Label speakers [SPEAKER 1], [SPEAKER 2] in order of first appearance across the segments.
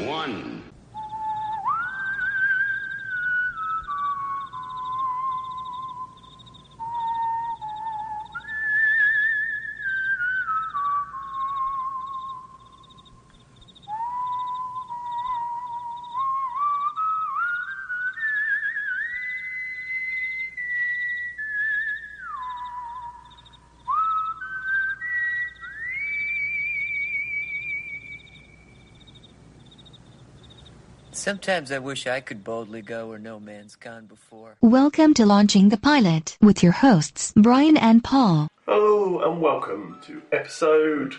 [SPEAKER 1] nine.
[SPEAKER 2] Sometimes I wish I could boldly go where no man's gone before.
[SPEAKER 3] Welcome to Launching the Pilot with your hosts, Brian and Paul.
[SPEAKER 4] Hello and welcome to episode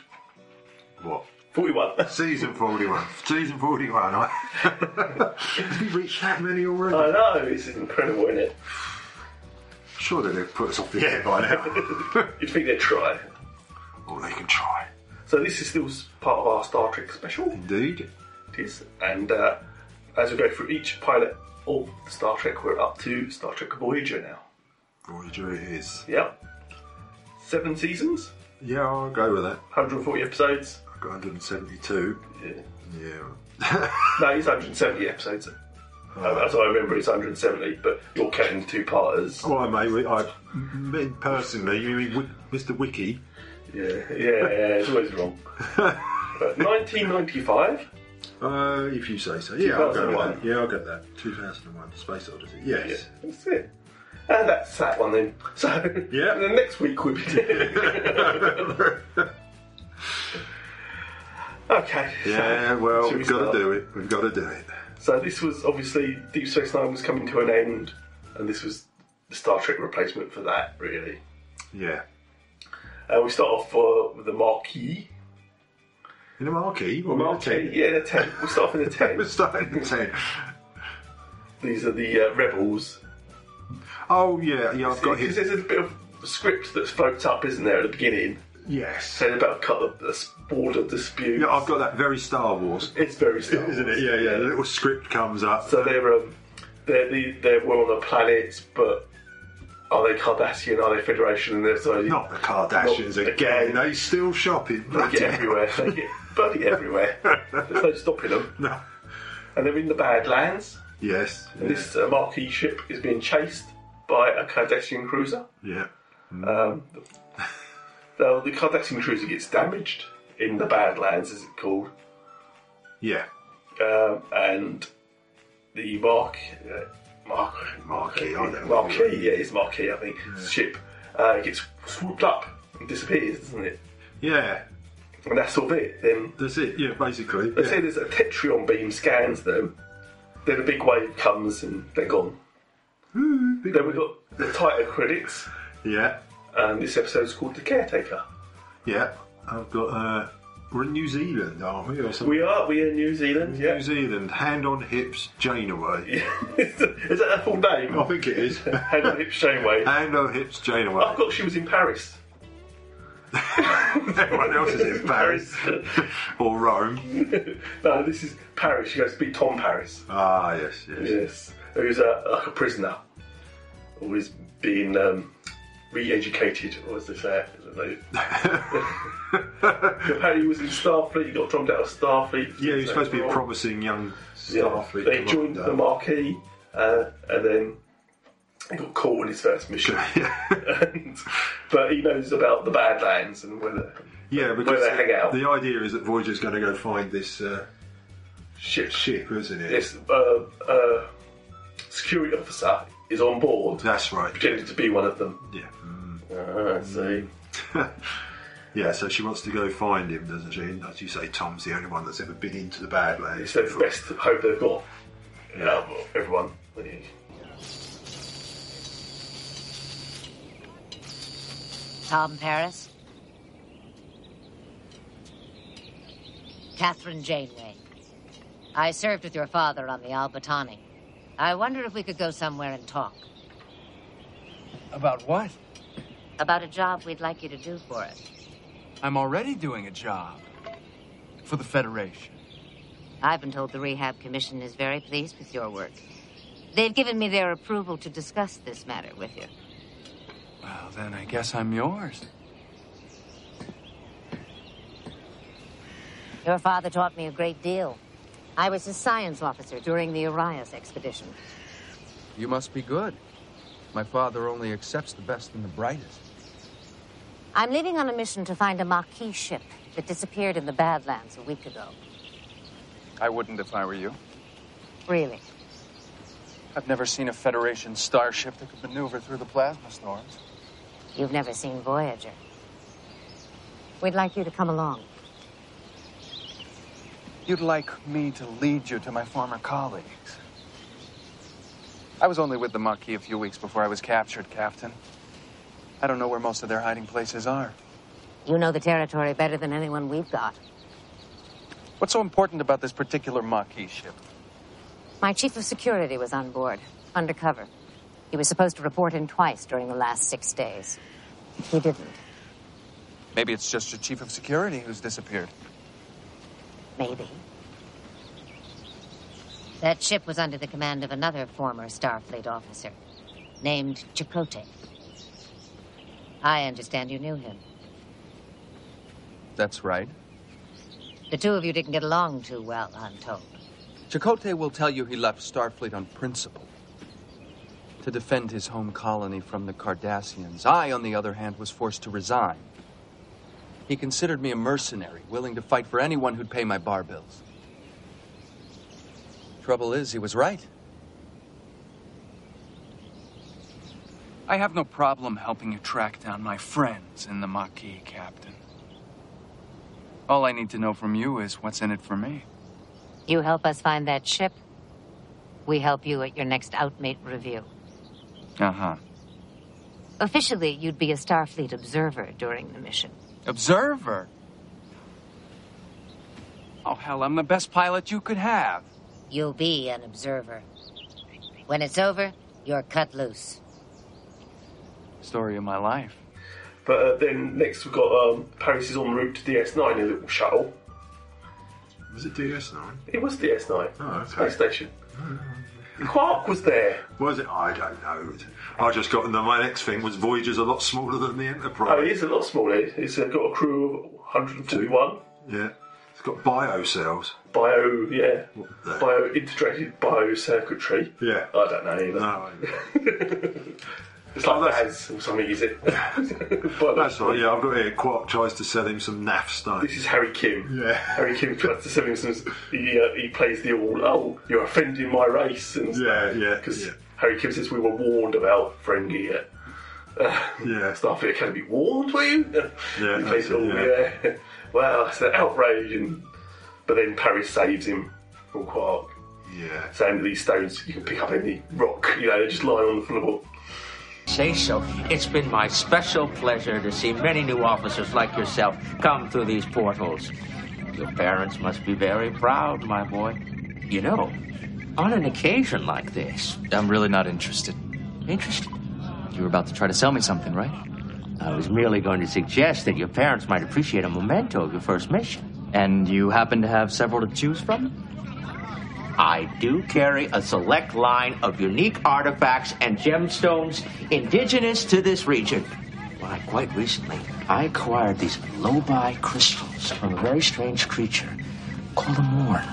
[SPEAKER 5] What?
[SPEAKER 4] 41.
[SPEAKER 5] Season 41. Season 41. I- We've reached that many already.
[SPEAKER 4] I know, it's incredible, isn't it?
[SPEAKER 5] sure that they've put us off the air by now.
[SPEAKER 4] You'd think they'd try.
[SPEAKER 5] or they can try.
[SPEAKER 4] So, this is still part of our Star Trek special.
[SPEAKER 5] Indeed.
[SPEAKER 4] It is. And uh, as we go through each pilot of Star Trek, we're up to Star Trek Voyager now.
[SPEAKER 5] Voyager it is.
[SPEAKER 4] Yep. Seven seasons,
[SPEAKER 5] Yeah, I'll go with that.
[SPEAKER 4] 140 episodes.
[SPEAKER 5] I've got 172.
[SPEAKER 4] Yeah.
[SPEAKER 5] Yeah.
[SPEAKER 4] No, it's 170 episodes. Um, as I remember, it's 170, but you're counting two parters.
[SPEAKER 5] Well, I may. I mean, personally, you mean Wi- Mr. Wiki?
[SPEAKER 4] Yeah, yeah, yeah, it's always wrong. But 1995,
[SPEAKER 5] Uh, if you say so. Yeah, I'll go
[SPEAKER 4] 2001.
[SPEAKER 5] with that. Yeah, I'll get that. 2001 Space Odyssey. Yes.
[SPEAKER 4] Yeah, that's it. And that's that one then. So
[SPEAKER 5] Yeah.
[SPEAKER 4] the next week we'll be okay. so-
[SPEAKER 5] Yeah, well,
[SPEAKER 4] Should we
[SPEAKER 5] we've got
[SPEAKER 4] start?
[SPEAKER 5] to do it. We've got to do it.
[SPEAKER 4] So this was obviously Deep Space Nine was coming to an end, and this was the Star Trek replacement for that, really.
[SPEAKER 5] Yeah.
[SPEAKER 4] And we start off uh, with the Marquee.
[SPEAKER 5] In a marquee? Or
[SPEAKER 4] Marquee, yeah, the tent. We start off in the
[SPEAKER 5] We're
[SPEAKER 4] tent.
[SPEAKER 5] starting in 10.
[SPEAKER 4] These are the uh, rebels.
[SPEAKER 5] Oh, yeah, yeah, I've got
[SPEAKER 4] Because
[SPEAKER 5] his.
[SPEAKER 4] there's a bit of script that floats up, isn't there, at the beginning,
[SPEAKER 5] Yes.
[SPEAKER 4] saying about cut the, the border dispute.
[SPEAKER 5] Yeah, I've got that very Star Wars,
[SPEAKER 4] It's very Star Wars.
[SPEAKER 5] isn't it? Yeah, yeah, the little script comes up.
[SPEAKER 4] So they're um, they're the, they're well on the planets, but are they Cardassian? Are they Federation? And they're so
[SPEAKER 5] Not the Kardashians
[SPEAKER 4] Not-
[SPEAKER 5] again, they still shopping.
[SPEAKER 4] they
[SPEAKER 5] bloody
[SPEAKER 4] get
[SPEAKER 5] hell.
[SPEAKER 4] everywhere. They get bloody everywhere. There's no stopping them.
[SPEAKER 5] No.
[SPEAKER 4] And they're in the Badlands.
[SPEAKER 5] Yes. Yeah.
[SPEAKER 4] This uh, marquee ship is being chased by a Cardassian cruiser.
[SPEAKER 5] yeah. Mm.
[SPEAKER 4] Um, now the Cardassian cruiser gets damaged in the Badlands, as it's called,
[SPEAKER 5] Yeah.
[SPEAKER 4] um, and the Mark uh, Mark
[SPEAKER 5] Marquee, I don't know.
[SPEAKER 4] Marquee, yeah, it's Marquee, I think. Ship uh, gets swooped up and disappears, doesn't it?
[SPEAKER 5] Yeah,
[SPEAKER 4] And that's sort of it. Then
[SPEAKER 5] that's it. Yeah, basically.
[SPEAKER 4] they
[SPEAKER 5] yeah.
[SPEAKER 4] say there's a Tetrion beam scans them. Then a big wave comes and they're gone.
[SPEAKER 5] Ooh, big
[SPEAKER 4] Then we've
[SPEAKER 5] one.
[SPEAKER 4] got the title credits,
[SPEAKER 5] Yeah,
[SPEAKER 4] and this episode's called The Caretaker.
[SPEAKER 5] yeah. I've got, uh, we're in New Zealand, aren't we? Or something?
[SPEAKER 4] We are, we are in New Zealand, yeah.
[SPEAKER 5] New Zealand, hand on hips, Janeway.
[SPEAKER 4] is that her full name?
[SPEAKER 5] I think it is.
[SPEAKER 4] Hannah Hip Shaneway.
[SPEAKER 5] hand on hips, Janeway.
[SPEAKER 4] I thought she was in Paris.
[SPEAKER 5] Everyone else is in Paris. or Rome.
[SPEAKER 4] no, this is Paris. She goes to be Tom Paris.
[SPEAKER 5] Ah, yes, yes.
[SPEAKER 4] Yes, who's a, like a prisoner, always being um, re-educated, or as they say. I don't know. Apparently, he was in Starfleet. He got dropped out of Starfleet.
[SPEAKER 5] Yeah, he was supposed to be a
[SPEAKER 4] Well,
[SPEAKER 5] promising young
[SPEAKER 4] yeah.
[SPEAKER 5] Starfleet
[SPEAKER 4] They joined the
[SPEAKER 5] commander.
[SPEAKER 4] Marquee, uh, and then he got caught on his first mission. and, but he knows about the Badlands and where the
[SPEAKER 5] yeah,
[SPEAKER 4] where
[SPEAKER 5] because
[SPEAKER 4] they hang out.
[SPEAKER 5] the idea is that Voyager's going to go find this uh,
[SPEAKER 4] ship.
[SPEAKER 5] ship, isn't it?
[SPEAKER 4] This uh, uh, security officer is on board,
[SPEAKER 5] That's right.
[SPEAKER 4] pretending to be one of them.
[SPEAKER 5] Yeah. Mm.
[SPEAKER 4] Ah, I see.
[SPEAKER 5] Yeah, so she wants to go find him, doesn't she? And as you say, Tom's the only one that's ever been into the Badlands.
[SPEAKER 4] It's the best hope they've got. Yeah, everyone.
[SPEAKER 6] Tom Paris. Catherine Janeway. I served with your father on the Albatani. I wonder if we could go somewhere and talk
[SPEAKER 2] About what?
[SPEAKER 6] about a job we'd like you to do for us.
[SPEAKER 7] I'm already doing a job for the Federation.
[SPEAKER 6] I've been told the Rehab Commission is very pleased with your work. They've given me their approval to discuss this matter with you.
[SPEAKER 7] Well, then I guess I'm yours.
[SPEAKER 6] Your father taught me a great deal. I was his science officer during the Arias expedition.
[SPEAKER 7] You must be good. My father only accepts the best and the brightest.
[SPEAKER 6] I'm leaving on a mission to find a Maquis ship that disappeared in the Badlands a week ago.
[SPEAKER 7] I wouldn't if I were you.
[SPEAKER 6] Really?
[SPEAKER 7] I've never seen a Federation starship that could maneuver through the plasma storms.
[SPEAKER 6] You've never seen Voyager. We'd like you to come along.
[SPEAKER 7] You'd like me to lead you to my former colleagues. I was only with the Maquis a few weeks before I was captured, Captain. I don't know where most of their hiding places are.
[SPEAKER 6] You know the territory better than anyone we've got.
[SPEAKER 7] What's so important about this particular Maquis ship?
[SPEAKER 6] My chief of security was on board, undercover. He was supposed to report in twice during the last six days. He didn't.
[SPEAKER 7] Maybe it's just your chief of security who's disappeared.
[SPEAKER 6] Maybe. That ship was under the command of another former Starfleet officer named Chakotay. I understand you knew him.
[SPEAKER 7] That's right.
[SPEAKER 6] The two of you didn't get along too well, I'm told.
[SPEAKER 7] Chakotay will tell you he left Starfleet on principle. To defend his home colony from the Cardassians. I, on the other hand, was forced to resign. He considered me a mercenary, willing to fight for anyone who'd pay my bar bills. Trouble is, he was right. I have no problem helping you track down my friends in the Maquis, Captain. All I need to know from you is what's in it for me.
[SPEAKER 6] You help us find that ship. We help you at your next outmate review.
[SPEAKER 7] Uh huh.
[SPEAKER 6] Officially, you'd be a Starfleet observer during the mission.
[SPEAKER 7] Observer? Oh, hell, I'm the best pilot you could have.
[SPEAKER 6] You'll be an observer. When it's over, you're cut loose.
[SPEAKER 7] Story of my life.
[SPEAKER 4] But uh, then next we've got um, Paris is en route to the S9 in a little shuttle.
[SPEAKER 5] Was it DS9?
[SPEAKER 4] It was the S9
[SPEAKER 5] Oh, okay. Oh.
[SPEAKER 4] space station. Quark was there.
[SPEAKER 5] Was it? I don't know. I just got. No, my next thing was Voyager's a lot smaller than the
[SPEAKER 4] Oh, it
[SPEAKER 5] Enterprise.
[SPEAKER 4] is a lot smaller. It's uh, got a crew of 141
[SPEAKER 5] yeah. It's got bio cells.
[SPEAKER 4] bio, yeah,
[SPEAKER 5] the-
[SPEAKER 4] bio integrated bio circuitry.
[SPEAKER 5] Yeah.
[SPEAKER 4] I don't know either.
[SPEAKER 5] No,
[SPEAKER 4] It's like
[SPEAKER 5] Oh,
[SPEAKER 4] that
[SPEAKER 5] that's-
[SPEAKER 4] has or something, is it? But
[SPEAKER 5] that's all. Yeah, I've got here. Quark tries to sell him some naff
[SPEAKER 4] This
[SPEAKER 5] stones.
[SPEAKER 4] is Harry Kim.
[SPEAKER 5] Yeah.
[SPEAKER 4] Harry Kim tries to sell him some. He, uh, he plays the all, oh, you're offending my race. And
[SPEAKER 5] Yeah, yeah,
[SPEAKER 4] Because
[SPEAKER 5] yeah.
[SPEAKER 4] Harry Kim says we were warned about friendly. Uh,
[SPEAKER 5] Yeah.
[SPEAKER 4] Starfleet Academy warned, were you?
[SPEAKER 5] Yeah,
[SPEAKER 4] he plays
[SPEAKER 5] that's
[SPEAKER 4] it all,
[SPEAKER 5] it,
[SPEAKER 4] yeah. Wow, it's an outrage. And, but then Paris saves him from Quark,
[SPEAKER 5] Yeah.
[SPEAKER 4] saying that these stones, you can pick up any rock, you know, they're just lying on the floor.
[SPEAKER 1] say so. It's been my special pleasure to see many new officers like yourself come through these portholes. Your parents must be very proud, my boy. You know, on an occasion like this,
[SPEAKER 8] I'm really not interested.
[SPEAKER 1] interesting.
[SPEAKER 8] You were about to try to sell me something, right?
[SPEAKER 1] I was merely going to suggest that your parents might appreciate a memento of your first mission.
[SPEAKER 8] And you happen to have several to choose from?
[SPEAKER 1] I do carry a select line of unique artifacts and gemstones indigenous to this region. Why, quite recently, I acquired these lobi crystals from a very strange creature called a morn.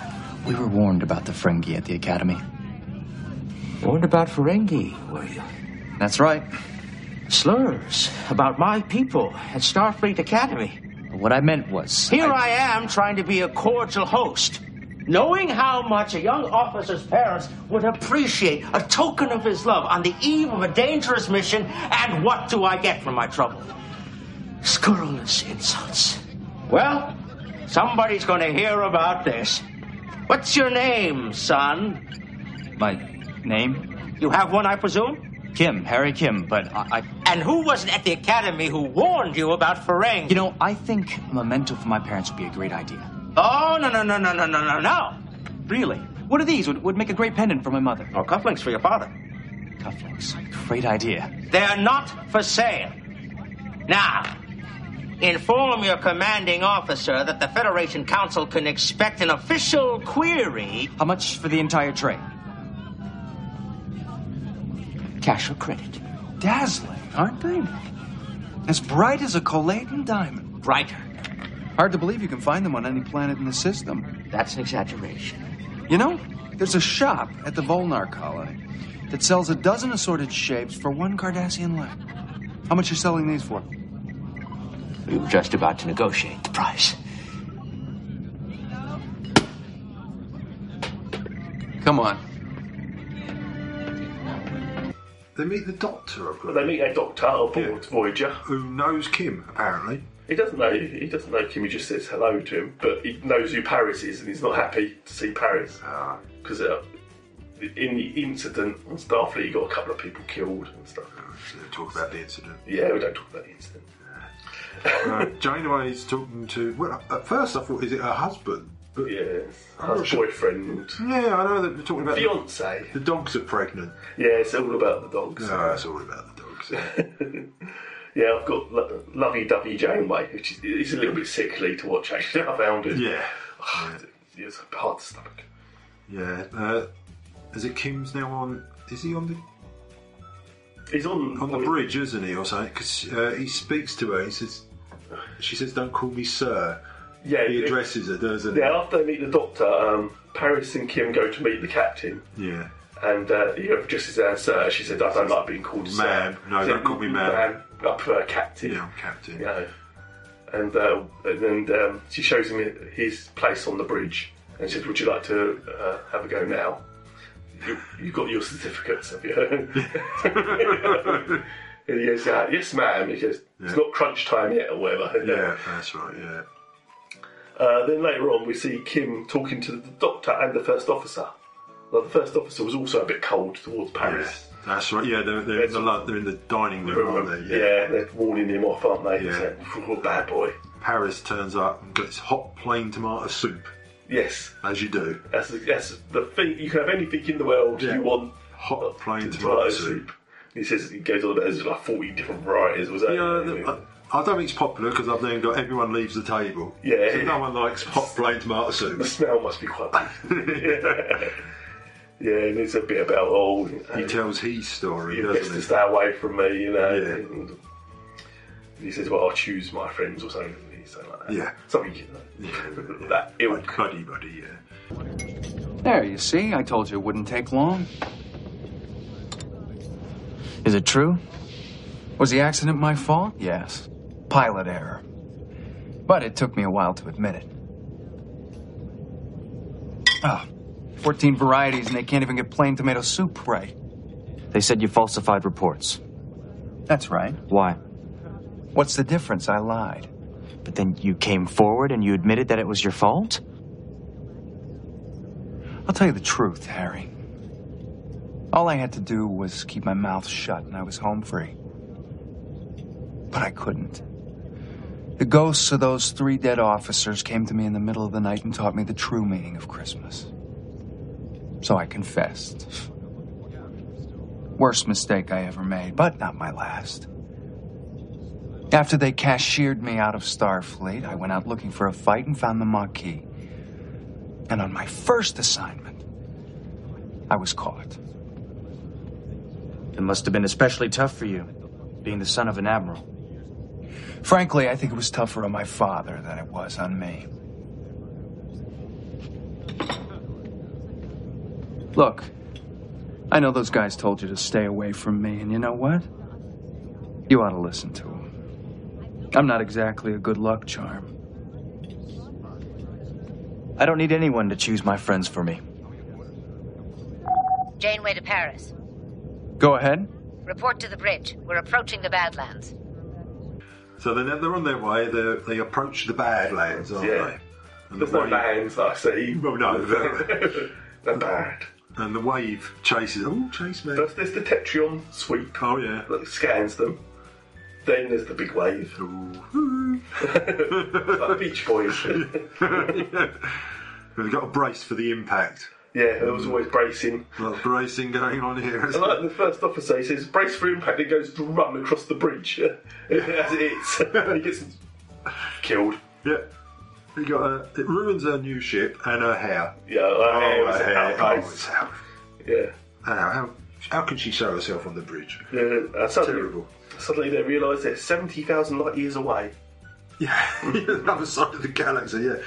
[SPEAKER 8] We were warned about the Ferengi at the Academy.
[SPEAKER 1] Warned about Ferengi, were you?
[SPEAKER 8] That's right.
[SPEAKER 1] Slurs about my people at Starfleet Academy.
[SPEAKER 8] What I meant was.
[SPEAKER 1] Here I am trying to be a cordial host, knowing how much a young officer's parents would appreciate a token of his love on the eve of a dangerous mission, and what do I get for my trouble? Scurrilous insults. Well, somebody's going to hear about this. What's your name, son?
[SPEAKER 8] My name?
[SPEAKER 1] You have one, I presume?
[SPEAKER 8] Kim, Harry Kim, but I. I
[SPEAKER 1] And who was it at the academy who warned you about Ferengi?
[SPEAKER 8] you know, I think a memento for my parents would be a great idea.
[SPEAKER 1] Oh, no, no, no, no, no, no, no, no.
[SPEAKER 8] Really? What are these? Would, would make a great pendant for my mother.
[SPEAKER 1] Or Oh, cufflinks for your father.
[SPEAKER 8] Cufflinks. Great idea.
[SPEAKER 1] They're not for sale. Now, inform your commanding officer that the Federation Council can expect an official query.
[SPEAKER 8] How much for the entire tray?
[SPEAKER 1] Cash or credit?
[SPEAKER 7] Dazzling, aren't they? As bright as a collating diamond.
[SPEAKER 1] Brighter.
[SPEAKER 7] Hard to believe you can find them on any planet in the system.
[SPEAKER 1] That's an exaggeration.
[SPEAKER 7] You know, there's a shop at the Volnar colony that sells a dozen assorted shapes for one Cardassian light. How much are you selling these for?
[SPEAKER 9] We were just about to negotiate the price.
[SPEAKER 7] Come on.
[SPEAKER 5] They meet the doctor, of
[SPEAKER 4] But
[SPEAKER 5] course,
[SPEAKER 4] they meet a doctor aboard
[SPEAKER 5] Yeah.
[SPEAKER 4] Voyager.
[SPEAKER 5] who knows Kim, apparently.
[SPEAKER 4] He doesn't know. He doesn't know Kim. He just says hello to him, but he knows who Paris is, and he's not happy to see Paris
[SPEAKER 5] Ah,
[SPEAKER 4] because uh, in the incident on Starfleet, you got a couple of people killed and stuff.
[SPEAKER 5] so they talk about the incident.
[SPEAKER 4] Yeah, we don't talk about the incident.
[SPEAKER 5] Uh, Janeway's talking to. Well, at first I thought, is it her husband? But
[SPEAKER 4] Yeah,
[SPEAKER 5] I'm not
[SPEAKER 4] his
[SPEAKER 5] sure.
[SPEAKER 4] boyfriend,
[SPEAKER 5] yeah, I know that they're talking about.
[SPEAKER 4] fiance.
[SPEAKER 5] The dogs are pregnant.
[SPEAKER 4] Yeah, it's all about the dogs.
[SPEAKER 5] No, it's all about the dogs. yeah.
[SPEAKER 4] Yeah, I've got lo- lovey-dovey Janeway, which is it's a little bit sickly to watch. Actually, I found it.
[SPEAKER 5] yeah.
[SPEAKER 4] it's hard to stomach.
[SPEAKER 5] Yeah. Uh, is it Kim's now on. Is he on the
[SPEAKER 4] He's on
[SPEAKER 5] on the bridge, isn't he, or something? Because uh, he speaks to her. He says, "She says, don't call me sir."
[SPEAKER 4] Yeah,
[SPEAKER 5] He
[SPEAKER 4] it-
[SPEAKER 5] addresses her, doesn't he?
[SPEAKER 4] Yeah, after they meet the doctor, um, Paris and Kim go to meet the captain,
[SPEAKER 5] Yeah.
[SPEAKER 4] and uh, he addresses her as sir. She said, "I don't like being called sir."
[SPEAKER 5] Ma'am. No,
[SPEAKER 4] She
[SPEAKER 5] don't
[SPEAKER 4] said,
[SPEAKER 5] call me ma'am.
[SPEAKER 4] I prefer captain.
[SPEAKER 5] Yeah, I'm captain.
[SPEAKER 4] You know. And uh, and then um, she shows him his place on the bridge, and says, "Would you like to uh, have a go now? You, you got your certificates, have you?" and he goes, uh, "Yes, ma'am." He goes, "It's
[SPEAKER 5] Yeah.
[SPEAKER 4] not crunch time yet, or whatever."
[SPEAKER 5] Yeah, that's right. Yeah.
[SPEAKER 4] Uh, then later on, we see Kim talking to the doctor and the first officer. Now, the first officer was also a bit cold towards
[SPEAKER 5] Yeah,
[SPEAKER 4] Paris.
[SPEAKER 5] that's right. Yeah, they're, they're, in the, lo- they're in the dining room, aren't they?
[SPEAKER 4] yeah, they're warning him off, aren't they?
[SPEAKER 5] Yeah.
[SPEAKER 4] He's like, bad boy.
[SPEAKER 5] Paris turns up and gets hot plain tomato soup,
[SPEAKER 4] Yes,
[SPEAKER 5] as you do.
[SPEAKER 4] that's, that's the thing. You can have anything in the world
[SPEAKER 5] Yeah.
[SPEAKER 4] you want.
[SPEAKER 5] Hot plain
[SPEAKER 4] Tomato
[SPEAKER 5] tomato
[SPEAKER 4] soup.
[SPEAKER 5] soup.
[SPEAKER 4] He says he goes on about there's like 40 different varieties. Was that?
[SPEAKER 5] Yeah, the- I, I don't think it's popular because I've then got everyone leaves the table.
[SPEAKER 4] Yeah.
[SPEAKER 5] So no one likes hot plain tomato
[SPEAKER 4] the
[SPEAKER 5] soup.
[SPEAKER 4] smell must be quite bad. yeah. and it's a bit about oh,
[SPEAKER 5] He tells his story,
[SPEAKER 4] you gets
[SPEAKER 5] doesn't
[SPEAKER 4] to
[SPEAKER 5] he?
[SPEAKER 4] stay away from me, you know.
[SPEAKER 5] Yeah.
[SPEAKER 4] And he says, "Well, I'll choose my friends," or something. Something like that.
[SPEAKER 5] Yeah.
[SPEAKER 4] Something you know, that ilk.
[SPEAKER 5] Like buddy, buddy, yeah.
[SPEAKER 7] There, you see, I told you it wouldn't take long.
[SPEAKER 8] Is it true?
[SPEAKER 7] Was the accident my fault?
[SPEAKER 8] Yes. Pilot error. But it took me a while to admit it.
[SPEAKER 7] Ah, 14 varieties and they can't even get plain tomato soup right.
[SPEAKER 10] They said you falsified reports.
[SPEAKER 7] That's right.
[SPEAKER 10] Why?
[SPEAKER 7] What's the difference? I lied.
[SPEAKER 10] But then you came forward and you admitted that it was your fault?
[SPEAKER 7] I'll tell you the truth, Harry. All I had to do was keep my mouth shut and I was home free. But I couldn't. The ghosts of those three dead officers came to me in the middle of the night and taught me the true meaning of Christmas. So I confessed. Worst mistake I ever made, but not my last. After they cashiered me out of Starfleet, I went out looking for a fight and found the Maquis. And on my first assignment, I was caught.
[SPEAKER 10] It must have been especially tough for you, being the son of an admiral.
[SPEAKER 7] Frankly, I think it was tougher on my father than it was on me. Look, I know those guys told you to stay away from me, and you know what? You ought to listen to them. I'm not exactly a good luck charm.
[SPEAKER 10] I don't need anyone to choose my friends for me.
[SPEAKER 6] Janeway to Paris.
[SPEAKER 7] Go ahead.
[SPEAKER 6] Report to the bridge. We're approaching the Badlands.
[SPEAKER 5] So they're, they're on their way. They they approach the Badlands, aren't
[SPEAKER 4] Yeah.
[SPEAKER 5] they? And
[SPEAKER 4] There's
[SPEAKER 5] the
[SPEAKER 4] no
[SPEAKER 5] wave,
[SPEAKER 4] bands that I see.
[SPEAKER 5] Well, no,
[SPEAKER 4] they're bad.
[SPEAKER 5] And the wave chases. Oh, chase me!
[SPEAKER 4] First, there's the Tetrion sweep
[SPEAKER 5] Oh yeah.
[SPEAKER 4] that scans them. Then there's the big wave.
[SPEAKER 5] Ooh.
[SPEAKER 4] like Beach Boys.
[SPEAKER 5] We've got a brace for the impact.
[SPEAKER 4] yeah, there was always bracing.
[SPEAKER 5] A lot of bracing going on here.
[SPEAKER 4] And like the first officer, he says, brace for impact. It goes to run across the bridge as it hits. he gets killed.
[SPEAKER 5] Yeah. We got a, it ruins her new ship and her hair.
[SPEAKER 4] Yeah, uh, it was
[SPEAKER 5] her hair. Oh,
[SPEAKER 4] outcast.
[SPEAKER 5] it's out.
[SPEAKER 4] Yeah.
[SPEAKER 5] How, how, how can she show herself on the bridge?
[SPEAKER 4] Yeah, uh, suddenly,
[SPEAKER 5] Terrible.
[SPEAKER 4] suddenly they realise they're 70,000 light years away.
[SPEAKER 5] Yeah, the other side of the galaxy, yeah.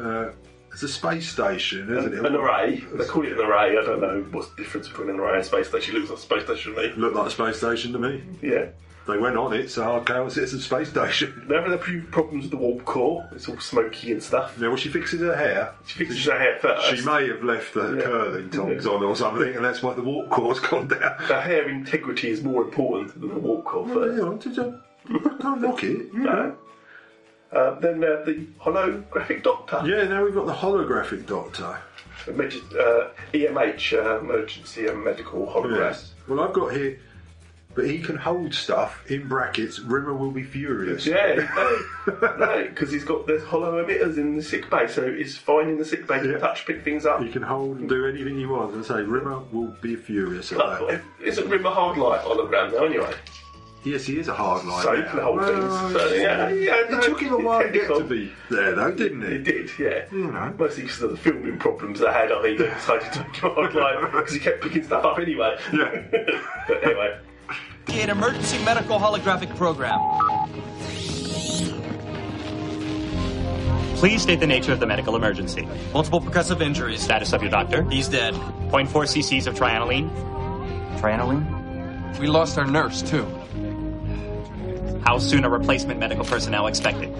[SPEAKER 5] Uh, It's a space station, isn't it?
[SPEAKER 4] An array. They call it an array. I don't know what's the difference between an array and a space station. It looks like a space station to me.
[SPEAKER 5] Looked like a space station to me.
[SPEAKER 4] Yeah.
[SPEAKER 5] They went on it, so hard cow it's a space station.
[SPEAKER 4] They're having a few problems with the warp core. It's all smoky and stuff.
[SPEAKER 5] Yeah, well, she fixes her hair.
[SPEAKER 4] She fixes her hair first.
[SPEAKER 5] She may have left the curling tongs on or something, and that's why the warp core's gone down.
[SPEAKER 4] The hair integrity is more important than the warp core first.
[SPEAKER 5] Yeah, did you- Don't uh, knock it. you know.
[SPEAKER 4] No. Uh, then uh, the holographic doctor.
[SPEAKER 5] Yeah, now we've got the holographic doctor.
[SPEAKER 4] Emerg- uh, EMH, uh, emergency and medical hologram.
[SPEAKER 5] Yes. Well, I've got here, but he can hold stuff in brackets. Rimmer will be furious.
[SPEAKER 4] Yeah, no, no, because he's got there's hollow emitters in the sick bay, so he's finding the sick bay
[SPEAKER 5] Yeah.
[SPEAKER 4] to touch, pick things up.
[SPEAKER 5] He can hold and do anything he wants. And say Rimmer will be furious at
[SPEAKER 4] But
[SPEAKER 5] that.
[SPEAKER 4] isn't Rim a hard light hologram now anyway?
[SPEAKER 5] Yes, he is a hard line.
[SPEAKER 4] so he
[SPEAKER 5] now.
[SPEAKER 4] can hold
[SPEAKER 5] Well,
[SPEAKER 4] things. So, yeah, yeah,
[SPEAKER 5] It
[SPEAKER 4] no,
[SPEAKER 5] took him a while to get
[SPEAKER 4] technical.
[SPEAKER 5] to be there, though, didn't
[SPEAKER 4] He
[SPEAKER 5] it?
[SPEAKER 4] did, yeah.
[SPEAKER 5] You know.
[SPEAKER 4] Mostly because of the filming problems they had, I think, they decided to make a hard light because he kept picking stuff up anyway.
[SPEAKER 5] Yeah.
[SPEAKER 4] but anyway.
[SPEAKER 7] An emergency medical holographic program.
[SPEAKER 11] Please state the nature of the medical emergency.
[SPEAKER 10] Multiple percussive injuries.
[SPEAKER 11] Status of your doctor.
[SPEAKER 10] He's dead.
[SPEAKER 11] 0.4 cc's of trianiline.
[SPEAKER 10] Tranoline?
[SPEAKER 7] We lost our nurse, too.
[SPEAKER 11] How soon are replacement medical personnel expected?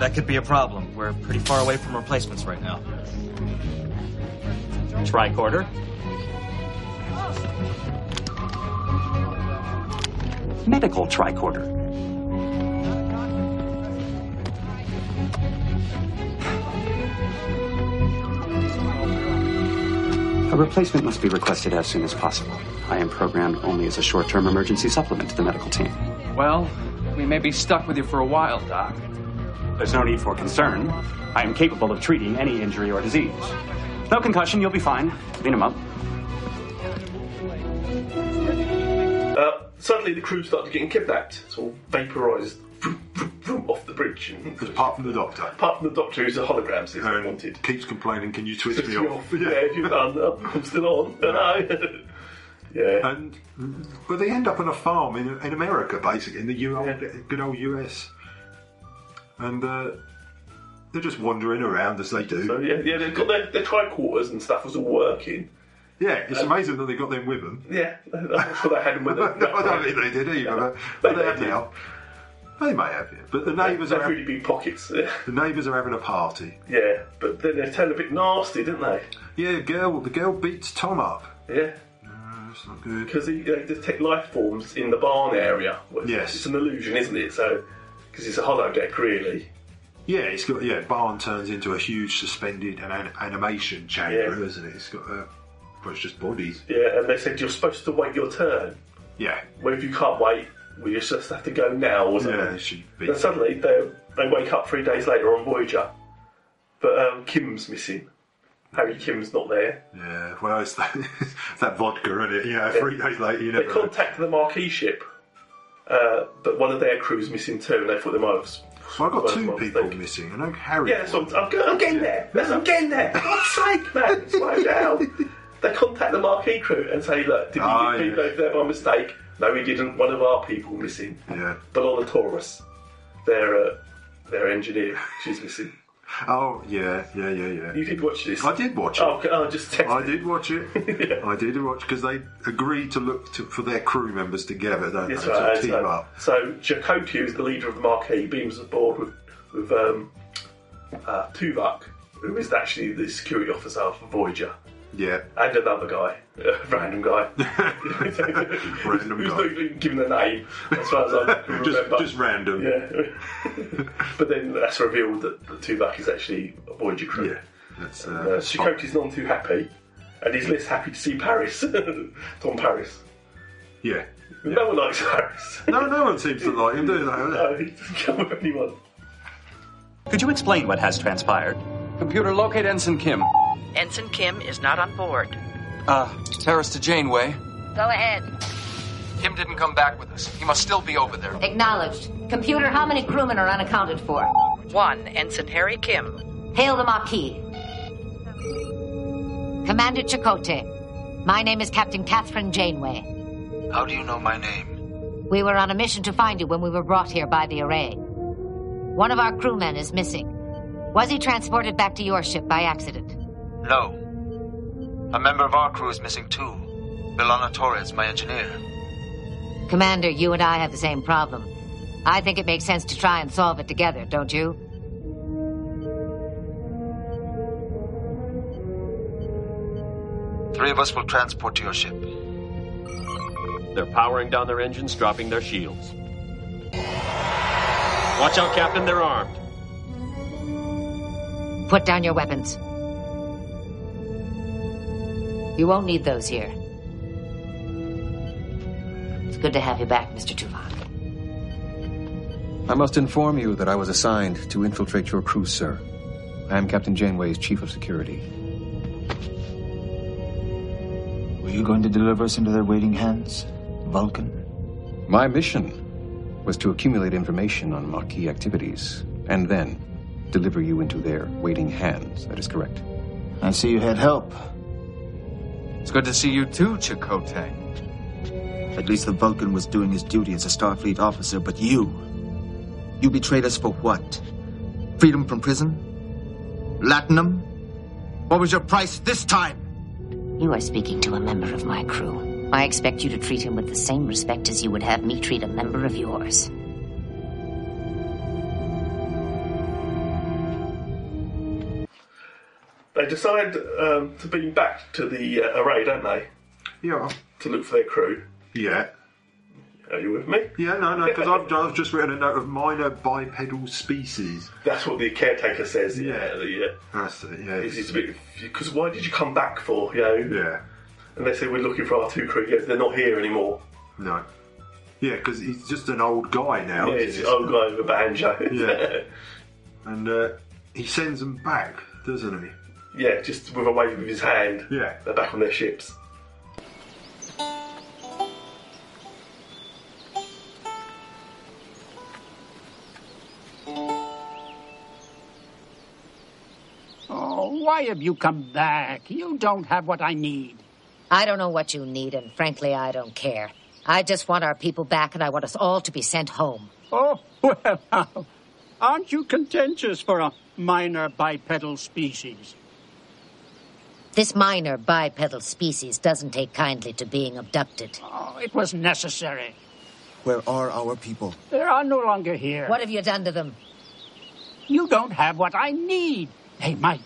[SPEAKER 10] That could be a problem. We're pretty far away from replacements right now.
[SPEAKER 11] Tricorder. Medical tricorder.
[SPEAKER 12] A replacement must be requested as soon as possible. I am programmed only as a short term emergency supplement to the medical team.
[SPEAKER 13] Well, we may be stuck with you for a while, Doc.
[SPEAKER 11] There's no need for concern. I am capable of treating any injury or disease. No concussion, you'll be fine. Clean him up.
[SPEAKER 4] Uh, suddenly the crew started getting kidnapped. It's all vaporised vroom, vroom, vroom, off the bridge. And
[SPEAKER 5] Apart from the doctor.
[SPEAKER 4] apart from the Doctor, who's a hologram, so he's not wanted.
[SPEAKER 5] Keeps complaining, can you switch
[SPEAKER 4] Switch
[SPEAKER 5] me
[SPEAKER 4] me
[SPEAKER 5] off?
[SPEAKER 4] off. Yeah, if you've done, uh, I'm still on. No. yeah.
[SPEAKER 5] And but they end up on a farm in, in America, basically in the U- old, good old US, and uh, they're just wandering around as they do.
[SPEAKER 4] So, yeah, yeah, they've got their, their tricorders and stuff was all working.
[SPEAKER 5] yeah, it's
[SPEAKER 4] Um,
[SPEAKER 5] amazing that they got them with them.
[SPEAKER 4] Yeah, I'm not sure they had them with
[SPEAKER 5] no,
[SPEAKER 4] them.
[SPEAKER 5] I don't think they did either, but, but they have now. They may have, yeah. But the neighbours
[SPEAKER 4] They've
[SPEAKER 5] are
[SPEAKER 4] really big pockets. Yeah.
[SPEAKER 5] the neighbours are having a party.
[SPEAKER 4] yeah, but then they turn a bit nasty, didn't they?
[SPEAKER 5] Yeah, girl, the girl beats Tom up.
[SPEAKER 4] Yeah.
[SPEAKER 5] That's not good.
[SPEAKER 4] Because they detect life forms in the barn area. Well,
[SPEAKER 5] Yes.
[SPEAKER 4] It's an illusion, isn't it? So, because it's a hollow deck, really.
[SPEAKER 5] Yeah, it's got yeah. Barn turns into a huge suspended an, an animation chamber,
[SPEAKER 4] Yeah.
[SPEAKER 5] isn't it? It's got uh, well, it's just bodies.
[SPEAKER 4] Yeah, and they said you're supposed to wait your turn.
[SPEAKER 5] Yeah,
[SPEAKER 4] Well, if you can't wait, we just have to go now or something.
[SPEAKER 5] yeah. She beats.
[SPEAKER 4] And suddenly they they wake up three days later on Voyager, but um, Kim's missing. Harry Kim's not there.
[SPEAKER 5] Yeah, well, it's that, it's that vodka, isn't it? Yeah, three days later, you
[SPEAKER 4] They
[SPEAKER 5] never. know.
[SPEAKER 4] contact the Marquis ship, uh, but one of their crew's missing too, and they thought they might have.
[SPEAKER 5] Well, I've got
[SPEAKER 4] Well,
[SPEAKER 5] two
[SPEAKER 4] well,
[SPEAKER 5] people
[SPEAKER 4] thank you.
[SPEAKER 5] missing. I know Harry.
[SPEAKER 4] Yeah, that's
[SPEAKER 5] was.
[SPEAKER 4] what I'm, I'm, I'm getting there. That's I'm getting there. For God's sake, man, slow down. They contact the Marquis crew and say, look, did you
[SPEAKER 5] Ah,
[SPEAKER 4] get people
[SPEAKER 5] yeah.
[SPEAKER 4] over there by mistake? No, we didn't. One of our people missing.
[SPEAKER 5] Yeah.
[SPEAKER 4] But on the Taurus, their uh, their engineer, she's missing.
[SPEAKER 5] Oh, yeah, yeah, yeah, yeah.
[SPEAKER 4] You did watch this.
[SPEAKER 5] I did watch it.
[SPEAKER 4] Oh, okay, oh just text
[SPEAKER 5] I did watch it. I did watch because they agreed to look to, for their crew members together, don't
[SPEAKER 4] Yes,
[SPEAKER 5] they?
[SPEAKER 4] right,
[SPEAKER 5] to
[SPEAKER 4] that's
[SPEAKER 5] team
[SPEAKER 4] right.
[SPEAKER 5] up.
[SPEAKER 4] So Jacoti, who's the leader of the Marquis, beams aboard with with um, uh, Tuvok, who is actually the security officer for Voyager,
[SPEAKER 5] Yeah,
[SPEAKER 4] and another guy, a random guy,
[SPEAKER 5] Random
[SPEAKER 4] who's
[SPEAKER 5] guy.
[SPEAKER 4] not even given a name, as far as I can
[SPEAKER 5] just
[SPEAKER 4] remember.
[SPEAKER 5] just random.
[SPEAKER 4] yeah. but then that's revealed that, that Tuvok is actually a Voyager crew.
[SPEAKER 5] Yeah, that's uh,
[SPEAKER 4] Uh, Chakotay's not too happy, and he's less happy to see Paris, Tom Paris.
[SPEAKER 5] yeah.
[SPEAKER 4] No one likes Paris.
[SPEAKER 5] No, no one seems to like him, do they?
[SPEAKER 4] No, he doesn't come with anyone.
[SPEAKER 11] Could you explain what has transpired?
[SPEAKER 7] Computer, locate Ensign Kim.
[SPEAKER 14] Ensign Kim is not on board.
[SPEAKER 7] Uh, Terrace to Janeway.
[SPEAKER 6] Go ahead.
[SPEAKER 7] Kim didn't come back with us. He must still be over there.
[SPEAKER 6] Acknowledged. Computer, how many crewmen are unaccounted for?
[SPEAKER 14] One, Ensign Harry Kim.
[SPEAKER 6] Hail the Marquis. Commander Chakotay, my name is Captain Catherine Janeway.
[SPEAKER 15] How do you know my name?
[SPEAKER 6] We were on a mission to find you when we were brought here by the Array. One of our crewmen is missing. Was he transported back to your ship by accident?
[SPEAKER 15] No. A member of our crew is missing too. Milana Torres, my engineer.
[SPEAKER 6] Commander, you and I have the same problem. I think it makes sense to try and solve it together, don't you?
[SPEAKER 15] Three of us will transport to your ship.
[SPEAKER 16] They're powering down their engines, dropping their shields. Watch out, Captain, they're armed.
[SPEAKER 6] Put down your weapons. You won't need those here. It's good to have you back, Mr. Tuvok.
[SPEAKER 17] I must inform you that I was assigned to infiltrate your crew, sir. I am Captain Janeway's chief of security.
[SPEAKER 10] Were you going to deliver us into their waiting hands, Vulcan?
[SPEAKER 17] My mission was to accumulate information on Maquis activities and then deliver you into their waiting hands. That is correct.
[SPEAKER 10] I see you had help. It's good to see you too, Chakotay.
[SPEAKER 12] At least the Vulcan was doing his duty as a Starfleet officer, but you. You betrayed us for what? Freedom from prison? Latinum? What was your price this time?
[SPEAKER 6] You are speaking to a member of my crew. I expect you to treat him with the same respect as you would have me treat a member of yours.
[SPEAKER 4] They decide um, to beam back to the uh, array, don't they?
[SPEAKER 5] Yeah.
[SPEAKER 4] To look for their crew.
[SPEAKER 5] Yeah.
[SPEAKER 4] Are you with me?
[SPEAKER 5] Yeah, no, no, because I've, I've just written a note of minor bipedal species.
[SPEAKER 4] That's what the caretaker says. Yeah, yeah.
[SPEAKER 5] That's it, yeah.
[SPEAKER 4] It's, it's a bit because why did you come back for? You know.
[SPEAKER 5] Yeah.
[SPEAKER 4] And they say we're looking for our two crew. Yeah, they're not here anymore.
[SPEAKER 5] No. Yeah, because he's just an old guy now.
[SPEAKER 4] yeah,
[SPEAKER 5] isn't
[SPEAKER 4] it's
[SPEAKER 5] he?
[SPEAKER 4] the old guy with a banjo.
[SPEAKER 5] Yeah. and uh, he sends them back, doesn't he?
[SPEAKER 4] yeah, just with a wave of his hand.
[SPEAKER 5] Yeah.
[SPEAKER 4] They're back on their ships.
[SPEAKER 18] Oh, why have you come back? You don't have what I need.
[SPEAKER 6] I don't know what you need, and frankly, I don't care. I just want our people back, and I want us all to be sent home.
[SPEAKER 18] Oh, well, aren't you contentious for a minor bipedal species?
[SPEAKER 6] This minor bipedal species doesn't take kindly to being abducted.
[SPEAKER 18] Oh, it was necessary.
[SPEAKER 8] Where are our people?
[SPEAKER 18] They are no longer here.
[SPEAKER 6] What have you done to them?
[SPEAKER 18] You don't have what I need. They might.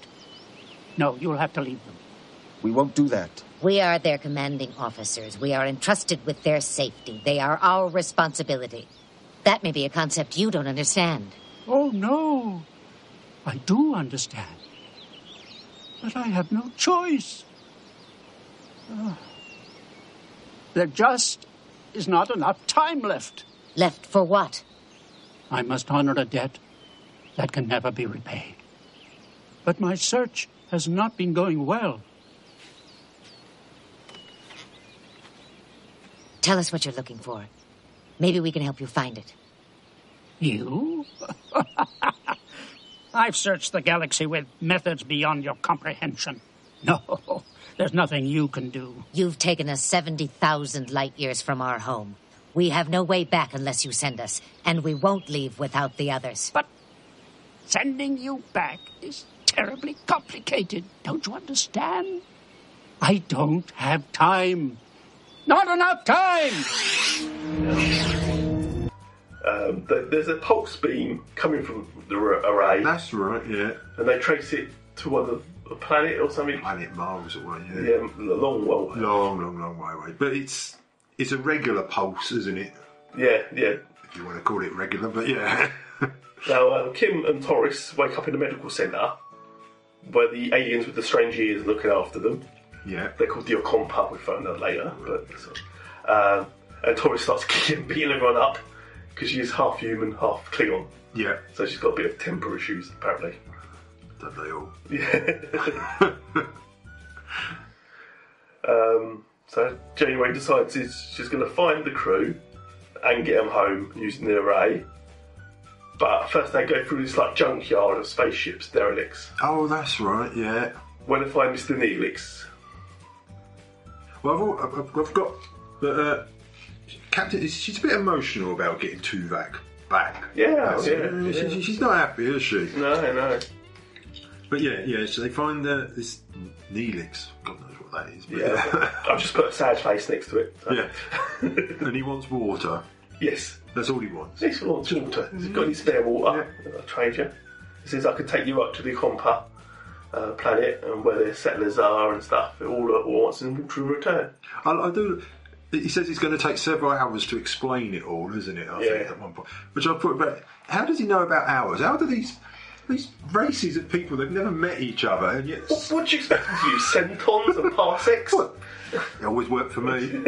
[SPEAKER 18] No, you'll have to leave them.
[SPEAKER 8] We won't do that.
[SPEAKER 6] We are their commanding officers. We are entrusted with their safety. They are our responsibility. That may be a concept you don't understand.
[SPEAKER 18] Oh, no. I do understand. But I have no choice. Ah. there just is not enough time left.
[SPEAKER 6] Left for what?
[SPEAKER 18] I must honor a debt that can never be repaid. But my search has not been going well.
[SPEAKER 6] Tell us what you're looking for. Maybe we can help you find it.
[SPEAKER 18] You? I've searched the galaxy with methods beyond your comprehension. No, there's nothing you can do.
[SPEAKER 6] You've taken us 70,000 light years from our home. We have no way back unless you send us, and we won't leave without the others.
[SPEAKER 18] But sending you back is terribly complicated. Don't you understand? I don't have time. Not enough time!
[SPEAKER 4] Um, th- there's a pulse beam coming from the r- array,
[SPEAKER 5] That's right, yeah.
[SPEAKER 4] and they trace it to one a planet or something.
[SPEAKER 5] Planet miles away, yeah.
[SPEAKER 4] Yeah, a long one.
[SPEAKER 5] Long, long, long way away. But it's it's a regular pulse, isn't it?
[SPEAKER 4] Yeah, yeah.
[SPEAKER 5] If you want to call it regular, but yeah.
[SPEAKER 4] Now um, Kim and Torres wake up in a medical centre where the aliens with the strange ears are looking after them.
[SPEAKER 5] yeah.
[SPEAKER 4] They're called the Okompa, we found out later. But um, and Torres starts kicking, beating everyone up because she is half human, half Klingon.
[SPEAKER 5] Yeah.
[SPEAKER 4] So she's got a bit of temper issues, apparently.
[SPEAKER 5] Don't they all?
[SPEAKER 4] Um, so Janeway decides she's, she's going to find the crew and get them home using the array. But first they go through this like junkyard of spaceships, derelicts.
[SPEAKER 5] Oh, that's right, yeah.
[SPEAKER 4] Where they find Mr. Neelix.
[SPEAKER 5] Well, I've, al- I've, I've got. But, uh, Captain, she's a bit emotional about getting Tuvok back.
[SPEAKER 4] Yeah,
[SPEAKER 5] That's it.
[SPEAKER 4] yeah,
[SPEAKER 5] She-
[SPEAKER 4] yeah.
[SPEAKER 5] she's not happy, is she?
[SPEAKER 4] No, no.
[SPEAKER 5] But yeah, yeah. So they find uh, this Neelix. God knows what that is. But
[SPEAKER 4] Yeah. I've just put a sad face next to it.
[SPEAKER 5] yeah. and he wants water.
[SPEAKER 4] Yes.
[SPEAKER 5] That's all he wants.
[SPEAKER 4] He's full of water. He's got any spare water. I'll trade you. He says, I could take you up to the Compa uh, planet and where the settlers are and stuff, all at once in true return.
[SPEAKER 5] I, I do. He says it's going to take several hours to explain it all, isn't it? I think
[SPEAKER 4] Yeah.
[SPEAKER 5] at one point, which I put. But how does he know about hours? How do these these races of people they've never met each other and yet
[SPEAKER 4] What would you expect him to use? Centons and parsecs?
[SPEAKER 5] it always worked for me.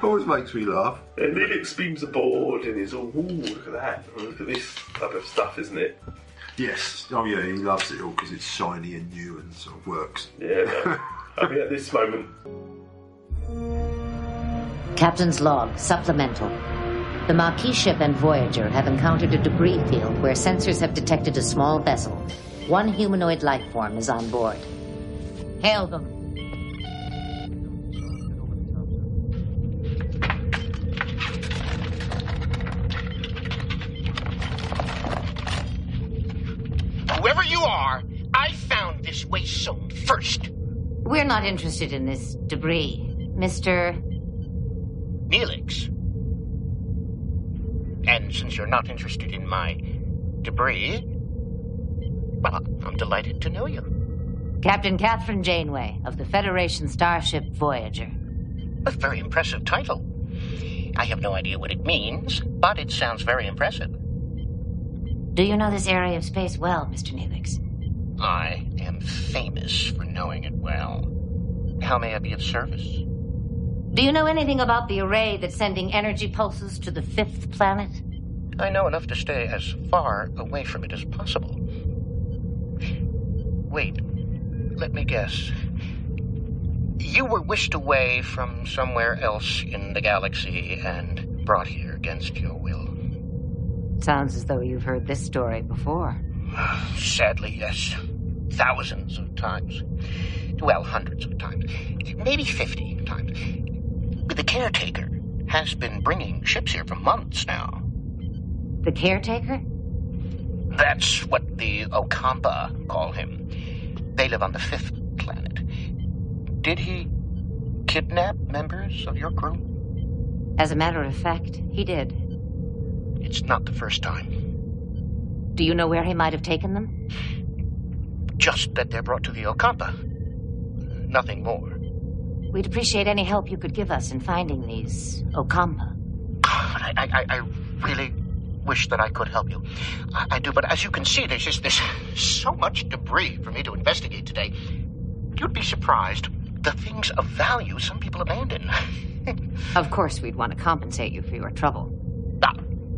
[SPEAKER 5] always makes me laugh.
[SPEAKER 4] And Neelix beams aboard and he's all, ooh, look at that. Look at this type of stuff, isn't it?
[SPEAKER 5] Yes. Oh yeah, he loves it all because it's shiny and new and sort of works.
[SPEAKER 4] Yeah, no. I mean, at this moment,
[SPEAKER 6] Captain's log, supplemental. The Maquis ship and Voyager have encountered a debris field where sensors have detected a small vessel. One humanoid life form is on board. Hail them.
[SPEAKER 19] Whoever you are, I found this waste zone first.
[SPEAKER 6] We're not interested in this debris. Mr.
[SPEAKER 19] Neelix. And since you're not interested in my debris, well, I'm delighted to know you.
[SPEAKER 6] Captain Catherine Janeway of the Federation starship Voyager.
[SPEAKER 19] A very impressive title. I have no idea what it means, but it sounds very impressive.
[SPEAKER 6] Do you know this area of space well, Mr. Neelix?
[SPEAKER 19] I am famous for knowing it well. How may I be of service?
[SPEAKER 6] Do you know anything about the array that's sending energy pulses to the fifth planet?
[SPEAKER 19] I know enough to stay as far away from it as possible. Wait, let me guess. You were whisked away from somewhere else in the galaxy and brought here against your will.
[SPEAKER 6] Sounds as though you've heard this story before.
[SPEAKER 19] Sadly, yes. Thousands of times. Well, hundreds of times. Maybe 50 times. But the caretaker has been bringing ships here for months now.
[SPEAKER 6] The caretaker?
[SPEAKER 19] That's what the Okampa call him. They live on the fifth planet. Did he kidnap members of your crew?
[SPEAKER 6] As a matter of fact, he did.
[SPEAKER 19] It's not the first time.
[SPEAKER 6] Do you know where he might have taken them?
[SPEAKER 19] Just that they're brought to the Okampa. Nothing more.
[SPEAKER 6] We'd appreciate any help you could give us in finding these Okampa.
[SPEAKER 19] I, I, I- I really wish that I could help you. I, I do, but as you can see, there's just there's so much debris for me to investigate today. You'd be surprised the things of value some people abandon.
[SPEAKER 6] Of course, we'd want to compensate you for your trouble.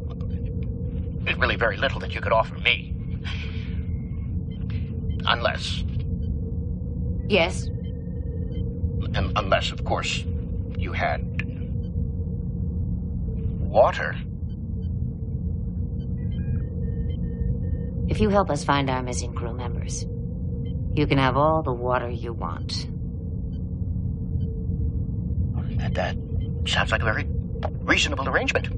[SPEAKER 19] There's really very little that you could offer me. Unless,
[SPEAKER 6] Yes,
[SPEAKER 19] un- unless, of course, you had water.
[SPEAKER 6] if you help us find our missing crew members, you can have all the water you want.
[SPEAKER 19] That, that sounds like a very reasonable arrangement.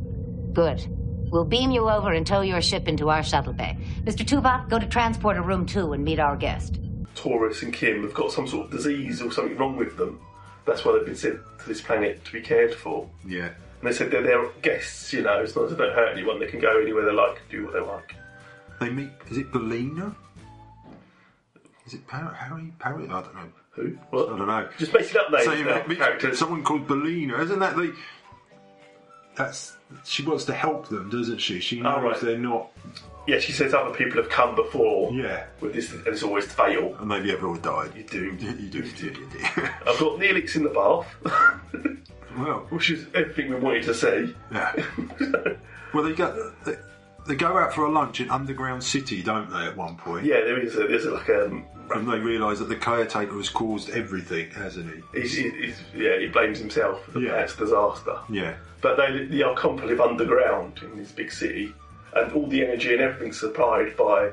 [SPEAKER 6] Good. We'll beam you over and tow your ship into our shuttle bay. Mr. Tuvok, go to transporter room two and meet our guest.
[SPEAKER 4] Taurus and Kim have got some sort of disease or something wrong with them. That's why they've been sent to this planet to be cared for.
[SPEAKER 5] Yeah.
[SPEAKER 4] And they said they're their guests, you know, as long as they don't hurt anyone, they can go anywhere they like, do what they like.
[SPEAKER 5] They meet. Is it Belina? Is it Par- Harry? Parry? I don't know.
[SPEAKER 4] Who? What?
[SPEAKER 5] I don't know.
[SPEAKER 4] Just mix it up, names
[SPEAKER 5] So you
[SPEAKER 4] now,
[SPEAKER 5] mix- someone called Belina, isn't that the? That's she wants to help them, doesn't she? She knows
[SPEAKER 4] right.
[SPEAKER 5] they're not,
[SPEAKER 4] Yeah, she says other people have come before.
[SPEAKER 5] Yeah.
[SPEAKER 4] With this, and it's always fail.
[SPEAKER 5] and maybe everyone died. You
[SPEAKER 4] do.
[SPEAKER 5] you do.
[SPEAKER 4] I've got Neelix in the bath,
[SPEAKER 5] well,
[SPEAKER 4] which is everything we wanted to see.
[SPEAKER 5] yeah. well, they go. They, they go out for a lunch in Underground City, don't they? At one point.
[SPEAKER 4] Yeah, there is a, there's like um, a.
[SPEAKER 5] And they realise that the caretaker has caused everything, hasn't he?
[SPEAKER 4] He's, he's, he's, yeah, he blames himself for the
[SPEAKER 5] Yeah.
[SPEAKER 4] planet's disaster.
[SPEAKER 5] Yeah.
[SPEAKER 4] But they, the Archonpa live underground in this big city, and all the energy and everything's supplied by.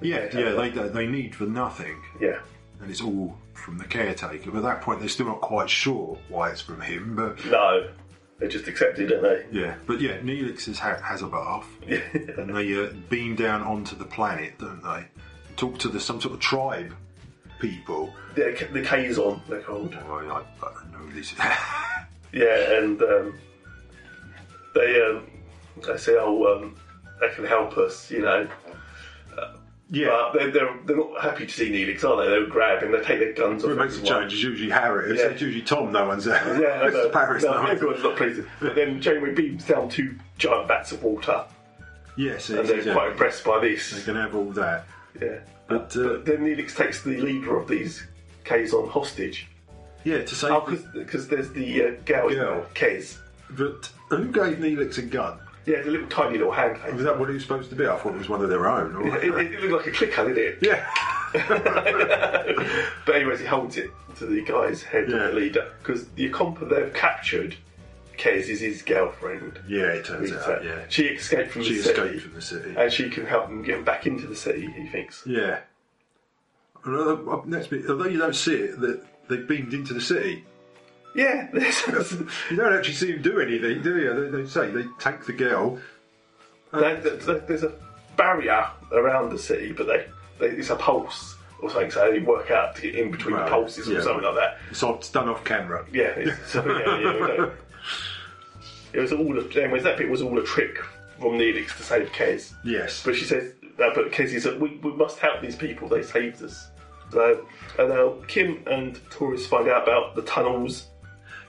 [SPEAKER 5] Yeah, yeah, they, they they need for nothing,
[SPEAKER 4] Yeah.
[SPEAKER 5] and it's all from the caretaker. But at that point, they're still not quite sure why it's from him. But
[SPEAKER 4] No, they just accepted, don't they?
[SPEAKER 5] yeah, but yeah, Neelix has, ha- has a bath, and they uh, beam down onto the planet, don't they? talk to the some sort of tribe people.
[SPEAKER 4] The, the Kazon, they're called.
[SPEAKER 5] Oh, I, I don't know this.
[SPEAKER 4] Yeah, and um, they um, they say, "Oh, um, they can help us," you know. Uh,
[SPEAKER 5] Yeah.
[SPEAKER 4] But they're, they're, they're not happy to see Neelix, are they? They'll grab him, they take their guns off.
[SPEAKER 5] Who makes a
[SPEAKER 4] everyone.
[SPEAKER 5] change? It's usually Harry. It's
[SPEAKER 4] Yeah.
[SPEAKER 5] usually Tom. No one's there.
[SPEAKER 4] Yeah,
[SPEAKER 5] it's
[SPEAKER 4] no,
[SPEAKER 5] Paris.
[SPEAKER 4] no,
[SPEAKER 5] No, one's
[SPEAKER 4] everyone's not pleased. But then Janeway beams down two giant vats of water,
[SPEAKER 5] Yes,
[SPEAKER 4] and
[SPEAKER 5] it's,
[SPEAKER 4] they're
[SPEAKER 5] yeah.
[SPEAKER 4] quite impressed by this.
[SPEAKER 5] They can have all that. uh,
[SPEAKER 4] Yeah. But, but then Neelix takes the leader of these Kazon hostage.
[SPEAKER 5] Yeah, to say
[SPEAKER 4] because there's the uh, girl,
[SPEAKER 5] Girl.
[SPEAKER 4] Kaz.
[SPEAKER 5] But who gave Neelix a gun?
[SPEAKER 4] Yeah, it's a little tiny little hand.
[SPEAKER 5] Was that what it was supposed to be? I thought it was one of their own. Or
[SPEAKER 4] It, it, it looked like a clicker, didn't it?
[SPEAKER 5] Yeah.
[SPEAKER 4] but anyways, he holds it to the guy's head, the leader, because the accompa they've captured, Kez is his girlfriend.
[SPEAKER 5] Yeah, it turns
[SPEAKER 4] We
[SPEAKER 5] out,
[SPEAKER 4] said.
[SPEAKER 5] yeah.
[SPEAKER 4] she escaped from
[SPEAKER 5] She
[SPEAKER 4] the city.
[SPEAKER 5] escaped from the city.
[SPEAKER 4] and she can help him get him back into the city. He thinks.
[SPEAKER 5] Yeah. And although- up Next bit, although you don't see it, that they beamed into the city.
[SPEAKER 4] Yeah.
[SPEAKER 5] you don't actually see them do anything, do you? They, they say they take the girl.
[SPEAKER 4] There- there- there's a barrier around the city, but they, they it's a pulse or something, so they work out to get in between the pulses or
[SPEAKER 5] yeah.
[SPEAKER 4] something like that.
[SPEAKER 5] So it's done off camera.
[SPEAKER 4] Yeah, it's, so, yeah, yeah, we don't- it was all. A, anyways, that bit was all a trick from Neelix to save Kez.
[SPEAKER 5] Yes.
[SPEAKER 4] But she says, uh, but Casey said, we, we must help these people, they saved us. So, and now Kim and Taurus find out about the tunnels,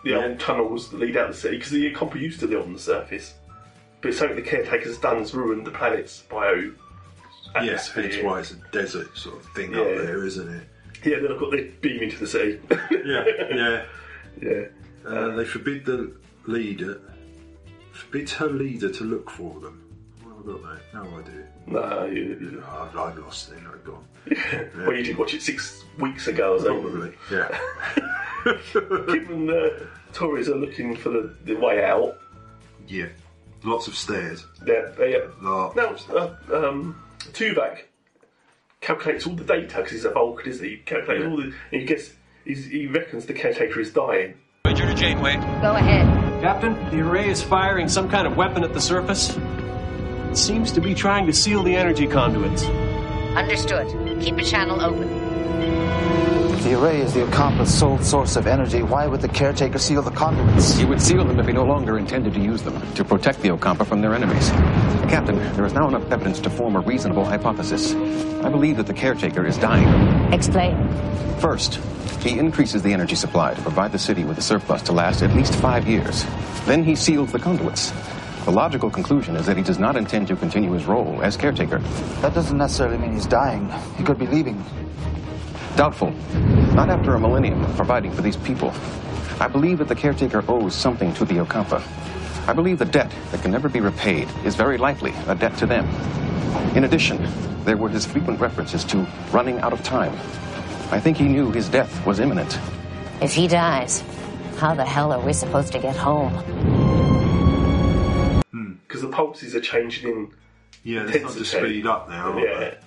[SPEAKER 4] the old tunnels that lead out the city, because the Compa used to live on the surface. But it's something the caretaker's done's ruined the planet's bio.
[SPEAKER 5] Yes, hence why it's a desert sort of thing up
[SPEAKER 4] Yeah.
[SPEAKER 5] there, isn't it?
[SPEAKER 4] Yeah, then I've got the beam into the city.
[SPEAKER 5] yeah, yeah,
[SPEAKER 4] yeah.
[SPEAKER 5] Uh, they forbid the leader, forbids her leader to look for them. What have I got there? No idea.
[SPEAKER 4] No, you- you-
[SPEAKER 5] I've, I've lost it. I've gone.
[SPEAKER 4] Well, you did watch it six weeks ago, so
[SPEAKER 5] Probably. Yeah.
[SPEAKER 4] Given the Tories are looking for the, the way out,
[SPEAKER 5] Yeah. Lots of stairs.
[SPEAKER 4] Yeah, they, uh,
[SPEAKER 5] Lots.
[SPEAKER 4] no, uh, um, Tuvok calculates all the data because he's a Vulcan, isn't he? He calculates all the. And he gets. He's, he reckons the caretaker is dying.
[SPEAKER 15] Voyager to Janeway.
[SPEAKER 6] Go ahead.
[SPEAKER 20] Captain, the array is firing some kind of weapon at the surface. It seems to be trying to seal the energy conduits.
[SPEAKER 6] Understood. Keep a channel open.
[SPEAKER 12] If the array is the accomplice sole source of energy, why would the caretaker seal the conduits?
[SPEAKER 17] He would seal them if he no longer intended to use them, to protect the Okampa from their enemies. Captain, there is now enough evidence to form a reasonable hypothesis. I believe that the caretaker is dying.
[SPEAKER 6] Explain.
[SPEAKER 17] First, he increases the energy supply to provide the city with a surplus to last at least five years. Then he seals the conduits. The logical conclusion is that he does not intend to continue his role as caretaker.
[SPEAKER 12] That doesn't necessarily mean he's dying. He could be leaving.
[SPEAKER 17] Doubtful. Not after a millennium of providing for these people. I believe that the caretaker owes something to the Okampa. I believe the debt that can never be repaid is very likely a debt to them. In addition, there were his frequent references to running out of time. I think he knew his death was imminent.
[SPEAKER 6] If he dies, how the hell are we supposed to get home?
[SPEAKER 4] Because the pulses are changing in.
[SPEAKER 5] Yeah, they're starting to
[SPEAKER 4] intensity.
[SPEAKER 5] speed up now, aren't
[SPEAKER 4] Yeah.
[SPEAKER 5] they?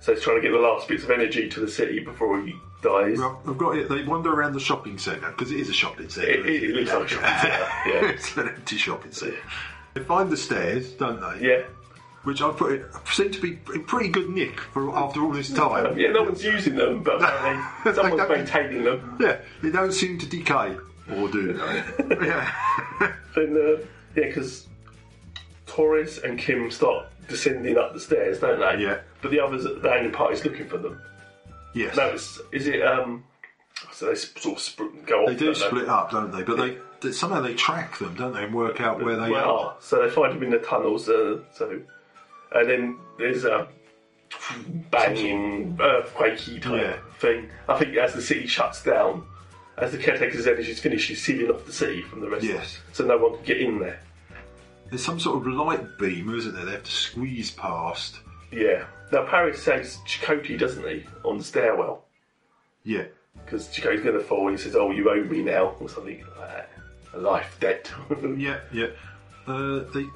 [SPEAKER 4] So he's trying to get the last bits of energy to the city before he dies.
[SPEAKER 5] Well, I've got it. They wander around the shopping centre because it is a shopping centre.
[SPEAKER 4] It- it- it looks like a shopping centre, yeah.
[SPEAKER 5] it's an empty shopping centre. They find the stairs, don't they?
[SPEAKER 4] Yeah.
[SPEAKER 5] Which I put it seem to be in pretty good nick for after all this time.
[SPEAKER 4] Yeah, no one's using them, but apparently someone's maintaining them.
[SPEAKER 5] Yeah, they don't seem to decay, or do they?
[SPEAKER 4] Then, uh, yeah, because Torres and Kim start descending up the stairs, don't they? Yeah. But the others at the landing party's looking for them.
[SPEAKER 5] Yes.
[SPEAKER 4] No, it's, is it, um, so they sp- sort of sp- go off.
[SPEAKER 5] They do
[SPEAKER 4] don't
[SPEAKER 5] split up, don't they? But they, they somehow they track them, don't they, and work out where they
[SPEAKER 4] Well,
[SPEAKER 5] are.
[SPEAKER 4] So they find them in the tunnels, uh, so. And then there's a banging, earthquakey type thing. I think as the city shuts down, as the caretaker's energy is finished, she's sealing off the city from the rest.
[SPEAKER 5] Yes.
[SPEAKER 4] So no one can get in there.
[SPEAKER 5] There's some sort of light beam, isn't there? They have to squeeze past.
[SPEAKER 4] Yeah. Now Paris saves Chakotay, doesn't he, on the stairwell?
[SPEAKER 5] Yeah.
[SPEAKER 4] Because Chakotay's going to fall. and He says, "Oh, you owe me now," or something like that. A life debt.
[SPEAKER 5] yeah, yeah. Uh, they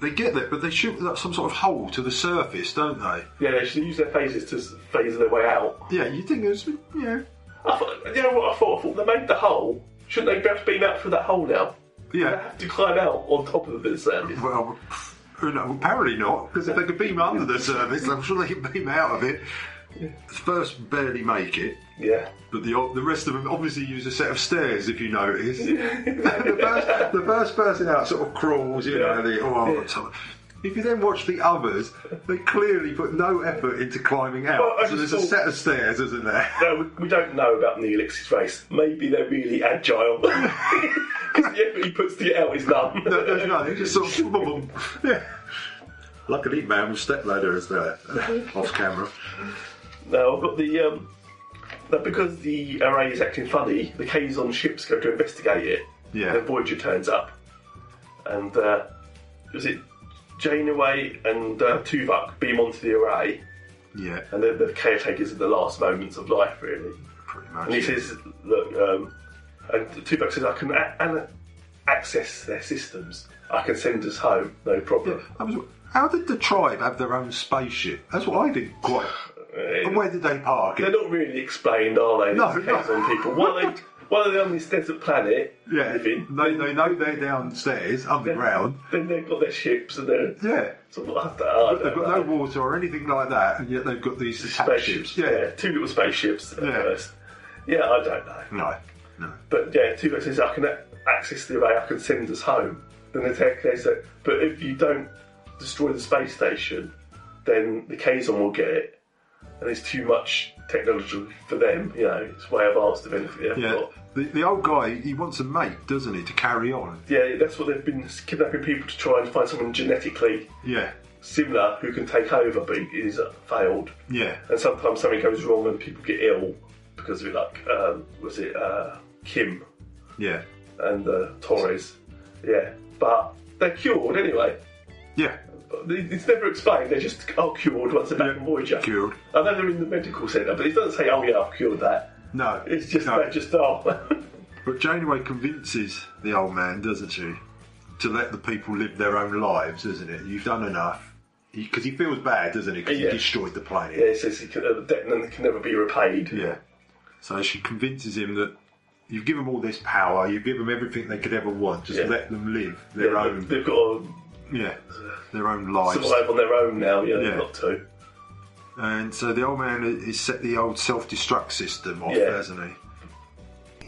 [SPEAKER 5] they get there, but they shoot like, some sort of hole to the surface, don't they?
[SPEAKER 4] Yeah, they should use their phases to s- phase their way out.
[SPEAKER 5] Yeah, you think it's you know.
[SPEAKER 4] I thought, you know what I thought? I thought they made the hole. Shouldn't they be able to beam out through that hole now?
[SPEAKER 5] Yeah.
[SPEAKER 4] They have to climb out on top of the surface.
[SPEAKER 5] Well, who knows? apparently not, because if they could beam under the surface, I'm sure they can beam out of it. first barely make it.
[SPEAKER 4] Yeah.
[SPEAKER 5] But the the rest of them obviously use a set of stairs, if you notice. the, first, the first person out sort of crawls, you know, the, oh, I've got time. If you then watch the others, they clearly put no effort into climbing out.
[SPEAKER 4] Well, I
[SPEAKER 5] so there's
[SPEAKER 4] just
[SPEAKER 5] a
[SPEAKER 4] thought-
[SPEAKER 5] set of stairs, isn't there?
[SPEAKER 4] No, we- we don't know about Neelix's race. Maybe they're really agile. Because the effort he puts to get out is none.
[SPEAKER 5] no, there's none. It's just sort of boom, boom, boom. Yeah. Luckily, man, stepladder is there
[SPEAKER 4] Mm-hmm.
[SPEAKER 5] uh, off camera.
[SPEAKER 4] No, I've got the um, that because the array is acting funny, the Kazon ships go to investigate it.
[SPEAKER 5] Yeah.
[SPEAKER 4] Then Voyager turns up, and uh, is it Janeway and uh, Tuvok beam onto the array,
[SPEAKER 5] Yeah,
[SPEAKER 4] and they're the caretakers of the last moments of life, really.
[SPEAKER 5] pretty much.
[SPEAKER 4] And he
[SPEAKER 5] yeah.
[SPEAKER 4] says, "Look," um, and Tuvok says, "I can a- an- access their systems. I can send us home, no problem."
[SPEAKER 5] I was- How did the tribe have their own spaceship? That's what I didn't quite. and where did they park
[SPEAKER 4] They're
[SPEAKER 5] it?
[SPEAKER 4] not really explained, are they?
[SPEAKER 5] No,
[SPEAKER 4] These
[SPEAKER 5] no.
[SPEAKER 4] Kazon people. While they while they're on this desert planet,
[SPEAKER 5] Yeah,
[SPEAKER 4] living,
[SPEAKER 5] they, they know they're downstairs, underground.
[SPEAKER 4] then they've got their ships and they're
[SPEAKER 5] Yeah.
[SPEAKER 4] sort of like uh, that. I
[SPEAKER 5] They've
[SPEAKER 4] don't
[SPEAKER 5] got no
[SPEAKER 4] know.
[SPEAKER 5] water or anything like that, and yet they've got these attack ships.
[SPEAKER 4] spaceships. Yeah. two little spaceships at
[SPEAKER 5] Yeah.
[SPEAKER 4] first. Yeah, I don't know.
[SPEAKER 5] No.
[SPEAKER 4] But yeah, Tuvok says I can a- access the array. I can send us home. Then the tech they say, but if you don't destroy the space station, then the Kazon will get it, and it's too much technology for them. You know, it's way advanced of anything they've
[SPEAKER 5] Yeah.
[SPEAKER 4] got.
[SPEAKER 5] The, the old guy, he wants a mate, doesn't he, to carry on?
[SPEAKER 4] Yeah, that's what they've been kidnapping people to try and find someone genetically
[SPEAKER 5] Yeah.
[SPEAKER 4] similar who can take over, but he's failed.
[SPEAKER 5] Yeah.
[SPEAKER 4] And sometimes something goes wrong and people get ill because of it. Like, um, was it uh, Kim
[SPEAKER 5] Yeah.
[SPEAKER 4] and uh, Torres? Yeah, but they're cured anyway.
[SPEAKER 5] Yeah.
[SPEAKER 4] It's never explained. They just are cured once they're back in Voyager.
[SPEAKER 5] Cured.
[SPEAKER 4] I know they're in the medical centre, but it doesn't say, "Oh yeah, I've cured that."
[SPEAKER 5] No.
[SPEAKER 4] It's just they just oh. are.
[SPEAKER 5] But Janeway convinces the old man, doesn't she, to let the people live their own lives, isn't it? You've done enough. Because he, feels bad, doesn't he? Because
[SPEAKER 4] Yeah.
[SPEAKER 5] he destroyed the planet.
[SPEAKER 4] yeah, it says it can, uh, debt can never be repaid.
[SPEAKER 5] Yeah. So she convinces him that you've given them all this power, you've given them everything they could ever want, just
[SPEAKER 4] Yeah.
[SPEAKER 5] let them live their
[SPEAKER 4] Yeah,
[SPEAKER 5] own
[SPEAKER 4] They've got to
[SPEAKER 5] yeah, their own lives.
[SPEAKER 4] survive on their own now. Yeah,
[SPEAKER 5] Yeah.
[SPEAKER 4] they've got to.
[SPEAKER 5] And so the old man has set the old self destruct system off,
[SPEAKER 4] Yeah.
[SPEAKER 5] hasn't he?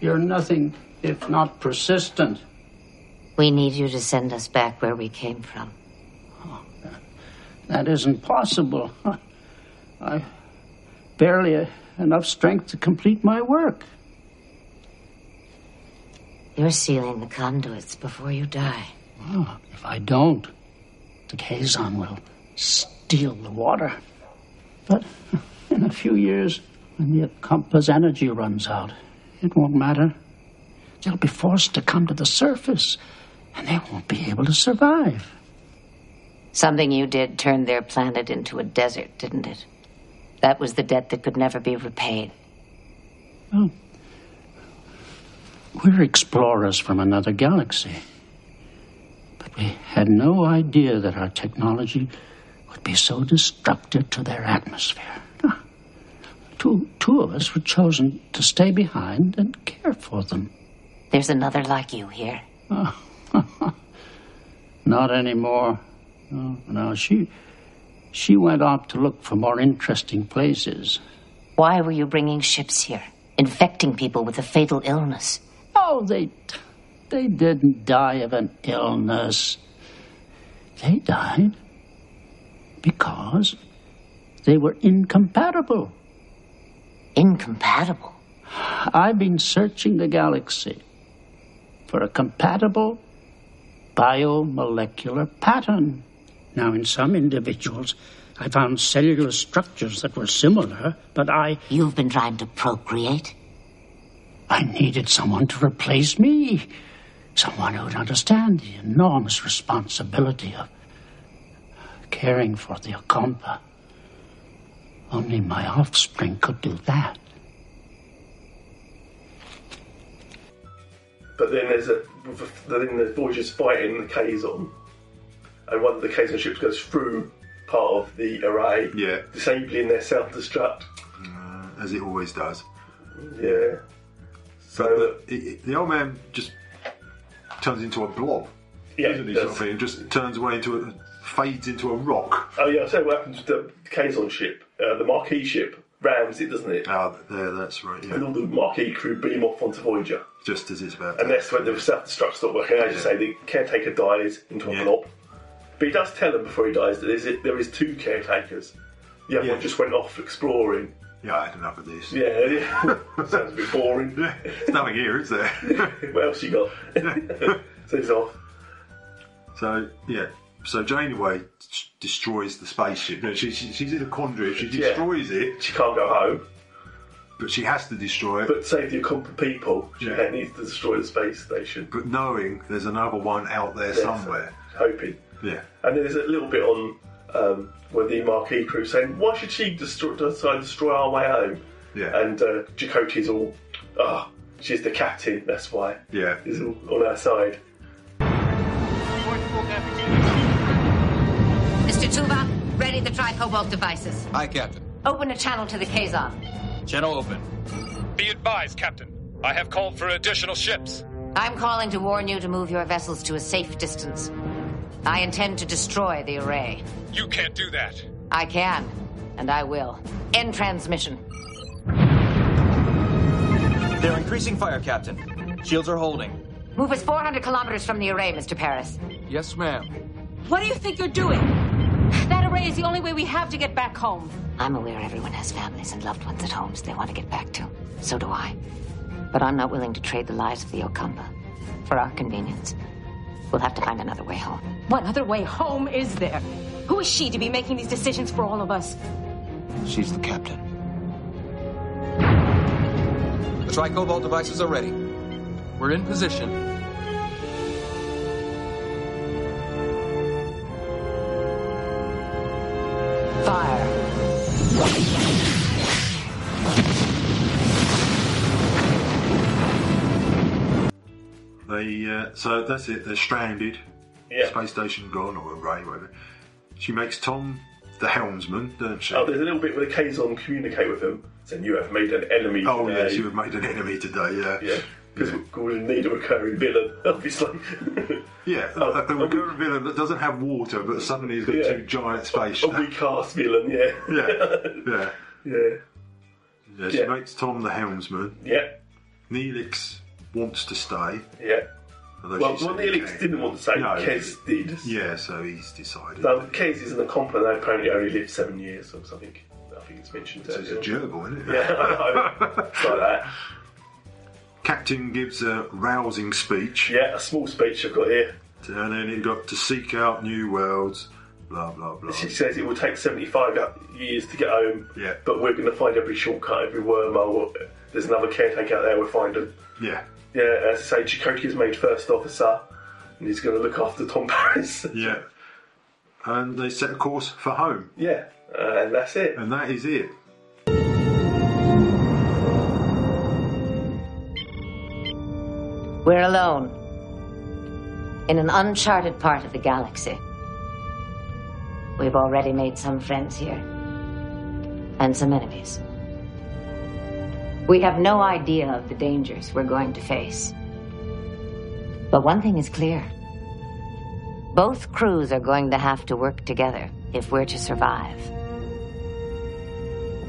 [SPEAKER 18] You're nothing if not persistent.
[SPEAKER 6] We need you to send us back where we came from.
[SPEAKER 18] That isn't possible. I've barely enough strength to complete my work.
[SPEAKER 6] You're sealing the conduits before you die.
[SPEAKER 18] Well, if I don't, the Kazon will steal the water. But in a few years, when the compass energy runs out, it won't matter. They'll be forced to come to the surface, and they won't be able to survive.
[SPEAKER 6] Something you did turned their planet into a desert, didn't it? That was the debt that could never be repaid.
[SPEAKER 18] We're explorers from another galaxy. But we had no idea that our technology would be so destructive to their atmosphere. Ah. Two, two of us were chosen to stay behind and care for them.
[SPEAKER 6] There's another like you here.
[SPEAKER 18] Ah. Not anymore. No, no, she, she went off to look for more interesting places.
[SPEAKER 6] Why were you bringing ships here? Infecting people with a fatal illness.
[SPEAKER 18] Oh, they they didn't die of an illness. They died because they were incompatible.
[SPEAKER 6] Incompatible?
[SPEAKER 18] I've been searching the galaxy for a compatible biomolecular pattern. Now, in some individuals, I found cellular structures that were similar, but I.
[SPEAKER 6] You've been trying to procreate?
[SPEAKER 18] I needed someone to replace me. Someone who would understand the enormous responsibility of caring for the Okompa. Only my offspring could do that.
[SPEAKER 4] But then there's a then the Voyager's fighting the Kazon, and one of the Kazon ships goes through part of the array,
[SPEAKER 5] Yeah.
[SPEAKER 4] disabling their self-destruct.
[SPEAKER 5] Uh, As it always does.
[SPEAKER 4] Yeah,
[SPEAKER 5] So the, it- it- the old man just turns into a blob.
[SPEAKER 4] Yeah,
[SPEAKER 5] isn't he?
[SPEAKER 4] yes.
[SPEAKER 5] Sort of thing. Just turns away into a fades into a rock.
[SPEAKER 4] Oh yeah, so what happens with the Kazon ship, uh, the Marquis ship, rams it, doesn't it?
[SPEAKER 5] Oh, there, that's right. Yeah.
[SPEAKER 4] And all the Marquis crew beam off onto Voyager,
[SPEAKER 5] Just as it's about.
[SPEAKER 4] and that's when the self-destruct stop working. As you say, the caretaker dies into a blob, but he does tell them before he dies that there's, there is two caretakers. The other one just went off exploring.
[SPEAKER 5] Yeah, I had enough of this.
[SPEAKER 4] Yeah, yeah. sounds a bit boring.
[SPEAKER 5] There's nothing here, is there?
[SPEAKER 4] what else you got? so he's off.
[SPEAKER 5] So yeah, so Janeway s- destroys the spaceship. No, she, she, she's in a quandary. If she
[SPEAKER 4] Yeah.
[SPEAKER 5] destroys it,
[SPEAKER 4] she can't go home.
[SPEAKER 5] But she has to destroy it.
[SPEAKER 4] But save the accomplished people. She needs to destroy the space station.
[SPEAKER 5] But knowing there's another one out there
[SPEAKER 4] Yeah,
[SPEAKER 5] somewhere.
[SPEAKER 4] Hoping.
[SPEAKER 5] Yeah.
[SPEAKER 4] And then there's a little bit on um, where the Marquee crew saying, why should she destroy, decide to destroy our way home?
[SPEAKER 5] Yeah.
[SPEAKER 4] And uh, Jacoti's all, ah, she's the captain, that's why.
[SPEAKER 5] Yeah.
[SPEAKER 4] He's all on our side.
[SPEAKER 6] Mr. Tuva, ready the tri-cobalt devices.
[SPEAKER 13] Hi, Captain.
[SPEAKER 6] Open a channel to the Kazon.
[SPEAKER 13] Channel open. Be advised, Captain. I have called for additional ships.
[SPEAKER 6] I'm calling to warn you to move your vessels to a safe distance. I intend to destroy the array.
[SPEAKER 13] You can't do that.
[SPEAKER 6] I can, and I will. End transmission.
[SPEAKER 10] They're increasing fire, Captain. Shields are holding.
[SPEAKER 6] Move us 400 kilometers from the array, Mr. Paris.
[SPEAKER 10] Yes, ma'am.
[SPEAKER 21] What do you think you're doing? That array is the only way we have to get back home.
[SPEAKER 6] I'm aware everyone has families and loved ones at homes they want to get back to. So do I. But I'm not willing to trade the lives of the Okumba for our convenience. We'll have to find another way home.
[SPEAKER 21] What other way home is there? Who is she to be making these decisions for all of us?
[SPEAKER 8] She's the captain.
[SPEAKER 13] The tricobalt devices are ready. We're in position.
[SPEAKER 5] They uh, so that's it. They're stranded.
[SPEAKER 4] Yeah.
[SPEAKER 5] Space station gone or away, whatever. She makes Tom the helmsman, doesn't she?
[SPEAKER 4] Oh, there's a little bit where the Kazon communicate with them, saying, you have made an enemy
[SPEAKER 5] Oh,
[SPEAKER 4] today.
[SPEAKER 5] yes, you have made an enemy today. Yeah.
[SPEAKER 4] Yeah. Because we need a recurring villain, obviously.
[SPEAKER 5] Yeah, a, a recurring villain that doesn't have water, but suddenly he's got
[SPEAKER 4] oh, Yeah. Oh,
[SPEAKER 5] two giant space.
[SPEAKER 4] a weak ass villain, yeah.
[SPEAKER 5] Yeah, yeah,
[SPEAKER 4] yeah.
[SPEAKER 5] yeah. She
[SPEAKER 4] Yeah.
[SPEAKER 5] makes Tom the helmsman.
[SPEAKER 4] Yeah,
[SPEAKER 5] Neelix wants to stay.
[SPEAKER 4] yeah.
[SPEAKER 5] although
[SPEAKER 4] well,
[SPEAKER 5] she
[SPEAKER 4] well
[SPEAKER 5] said he
[SPEAKER 4] Neelix
[SPEAKER 5] can't.
[SPEAKER 4] didn't want to say
[SPEAKER 5] No,
[SPEAKER 4] Kes did.
[SPEAKER 5] Yeah, so he's decided.
[SPEAKER 4] So Kes is an accomplice and apparently only lived seven years or something. I think it's mentioned.
[SPEAKER 5] So he's a gerbil, isn't it?
[SPEAKER 4] Yeah, I know. it's like that.
[SPEAKER 5] Captain gives a rousing speech.
[SPEAKER 4] Yeah, a small speech I've got here.
[SPEAKER 5] And then it got to seek out new worlds, blah, blah, blah.
[SPEAKER 4] She says it will take 75 years to get home,
[SPEAKER 5] Yeah.
[SPEAKER 4] but we're going to find every shortcut, every wormhole. There's another caretaker out there, we'll find him.
[SPEAKER 5] Yeah.
[SPEAKER 4] Yeah, as I say, Chakotay is made first officer, and he's going to look after Tom Paris.
[SPEAKER 5] Yeah. And they set a course for home.
[SPEAKER 4] yeah, uh, and that's it.
[SPEAKER 5] And that is it.
[SPEAKER 6] We're alone. In an uncharted part of the galaxy. We've already made some friends here. And some enemies. We have no idea of the dangers we're going to face. But one thing is clear both crews are going to have to work together if we're to survive.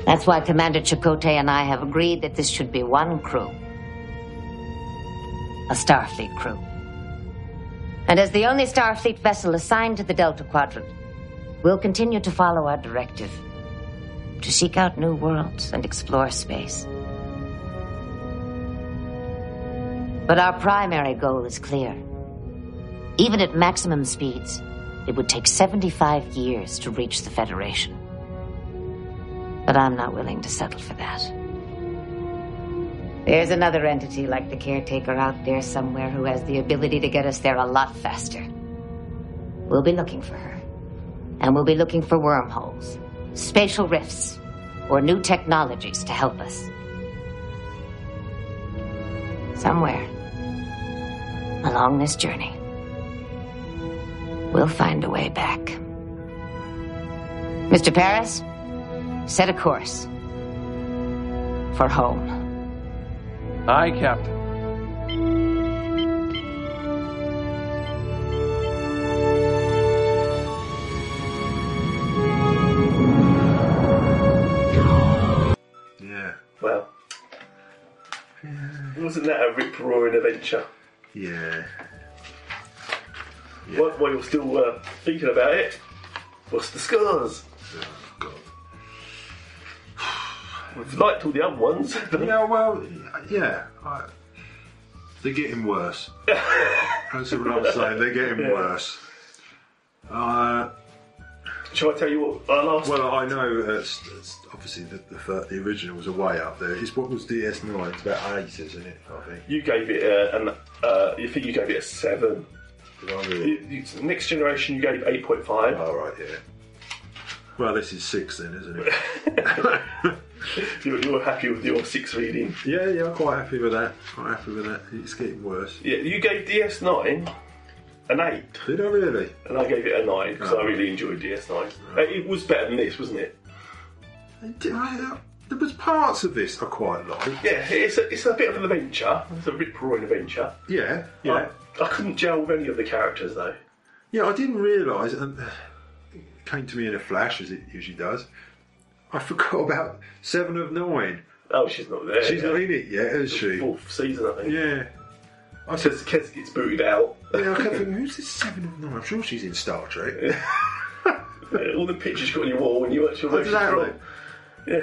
[SPEAKER 6] That's why Commander Chakotay and I have agreed that this should be one crew a Starfleet crew. And as the only Starfleet vessel assigned to the Delta Quadrant, we'll continue to follow our directive to seek out new worlds and explore space. But our primary goal is clear. Even at maximum speeds, it would take 75 years to reach the Federation. But I'm not willing to settle for that. There's another entity like the caretaker out there somewhere who has the ability to get us there a lot faster. We'll be looking for her. And we'll be looking for wormholes, spatial rifts, or new technologies to help us. Somewhere along this journey, we'll find a way back. Mr. Paris, set a course for home.
[SPEAKER 7] Aye, Captain.
[SPEAKER 4] Wasn't that a rip roaring adventure?
[SPEAKER 5] Yeah.
[SPEAKER 4] While, while you're still uh, thinking about it, what's the scars? We've liked all the other ones.
[SPEAKER 5] yeah, well, yeah. I, they're getting worse. That's what I'm saying. They're getting
[SPEAKER 4] Yeah.
[SPEAKER 5] worse. Uh,
[SPEAKER 4] Shall I tell you what our last?
[SPEAKER 5] Well, I know. Uh, it's, it's obviously, the, the, fir- the original was way up there. It's what was DS9. It's about eight, isn't it? I think.
[SPEAKER 4] You gave it uh, an. Uh, you think you gave it a seven?
[SPEAKER 5] Did I really?
[SPEAKER 4] You- you- next generation, you gave eight point five.
[SPEAKER 5] All right, yeah. Well, this is six then, isn't it?
[SPEAKER 4] you're, you're happy with your six reading.
[SPEAKER 5] yeah, yeah. I'm quite happy with that. Quite happy with that. It's getting worse.
[SPEAKER 4] Yeah, you gave DS9 an 8.
[SPEAKER 5] Did I really?
[SPEAKER 4] And I gave it a 9 because
[SPEAKER 5] Oh.
[SPEAKER 4] I really enjoyed DS9. Uh, It was better than this, wasn't it?
[SPEAKER 5] And did I, uh, there was parts of this I quite liked.
[SPEAKER 4] Yeah, it's a, it's a bit of an adventure. It's a rip roaring adventure.
[SPEAKER 5] Yeah, yeah.
[SPEAKER 4] I, I couldn't gel with any of the characters though.
[SPEAKER 5] Yeah, I didn't realise, and it came to me in a flash, as it usually does. I forgot about Seven of Nine.
[SPEAKER 4] Oh, she's not there.
[SPEAKER 5] She's
[SPEAKER 4] yeah.
[SPEAKER 5] not in it yet, is she?
[SPEAKER 4] Fourth season, I think.
[SPEAKER 5] Yeah. I
[SPEAKER 4] said Kes gets booted out.
[SPEAKER 5] Yeah, I kept thinking, who's this Seven of Nine? I'm sure she's in Star Trek.
[SPEAKER 4] Yeah, All the pictures you got on your wall when you actually watch
[SPEAKER 5] Exactly.
[SPEAKER 4] Yeah.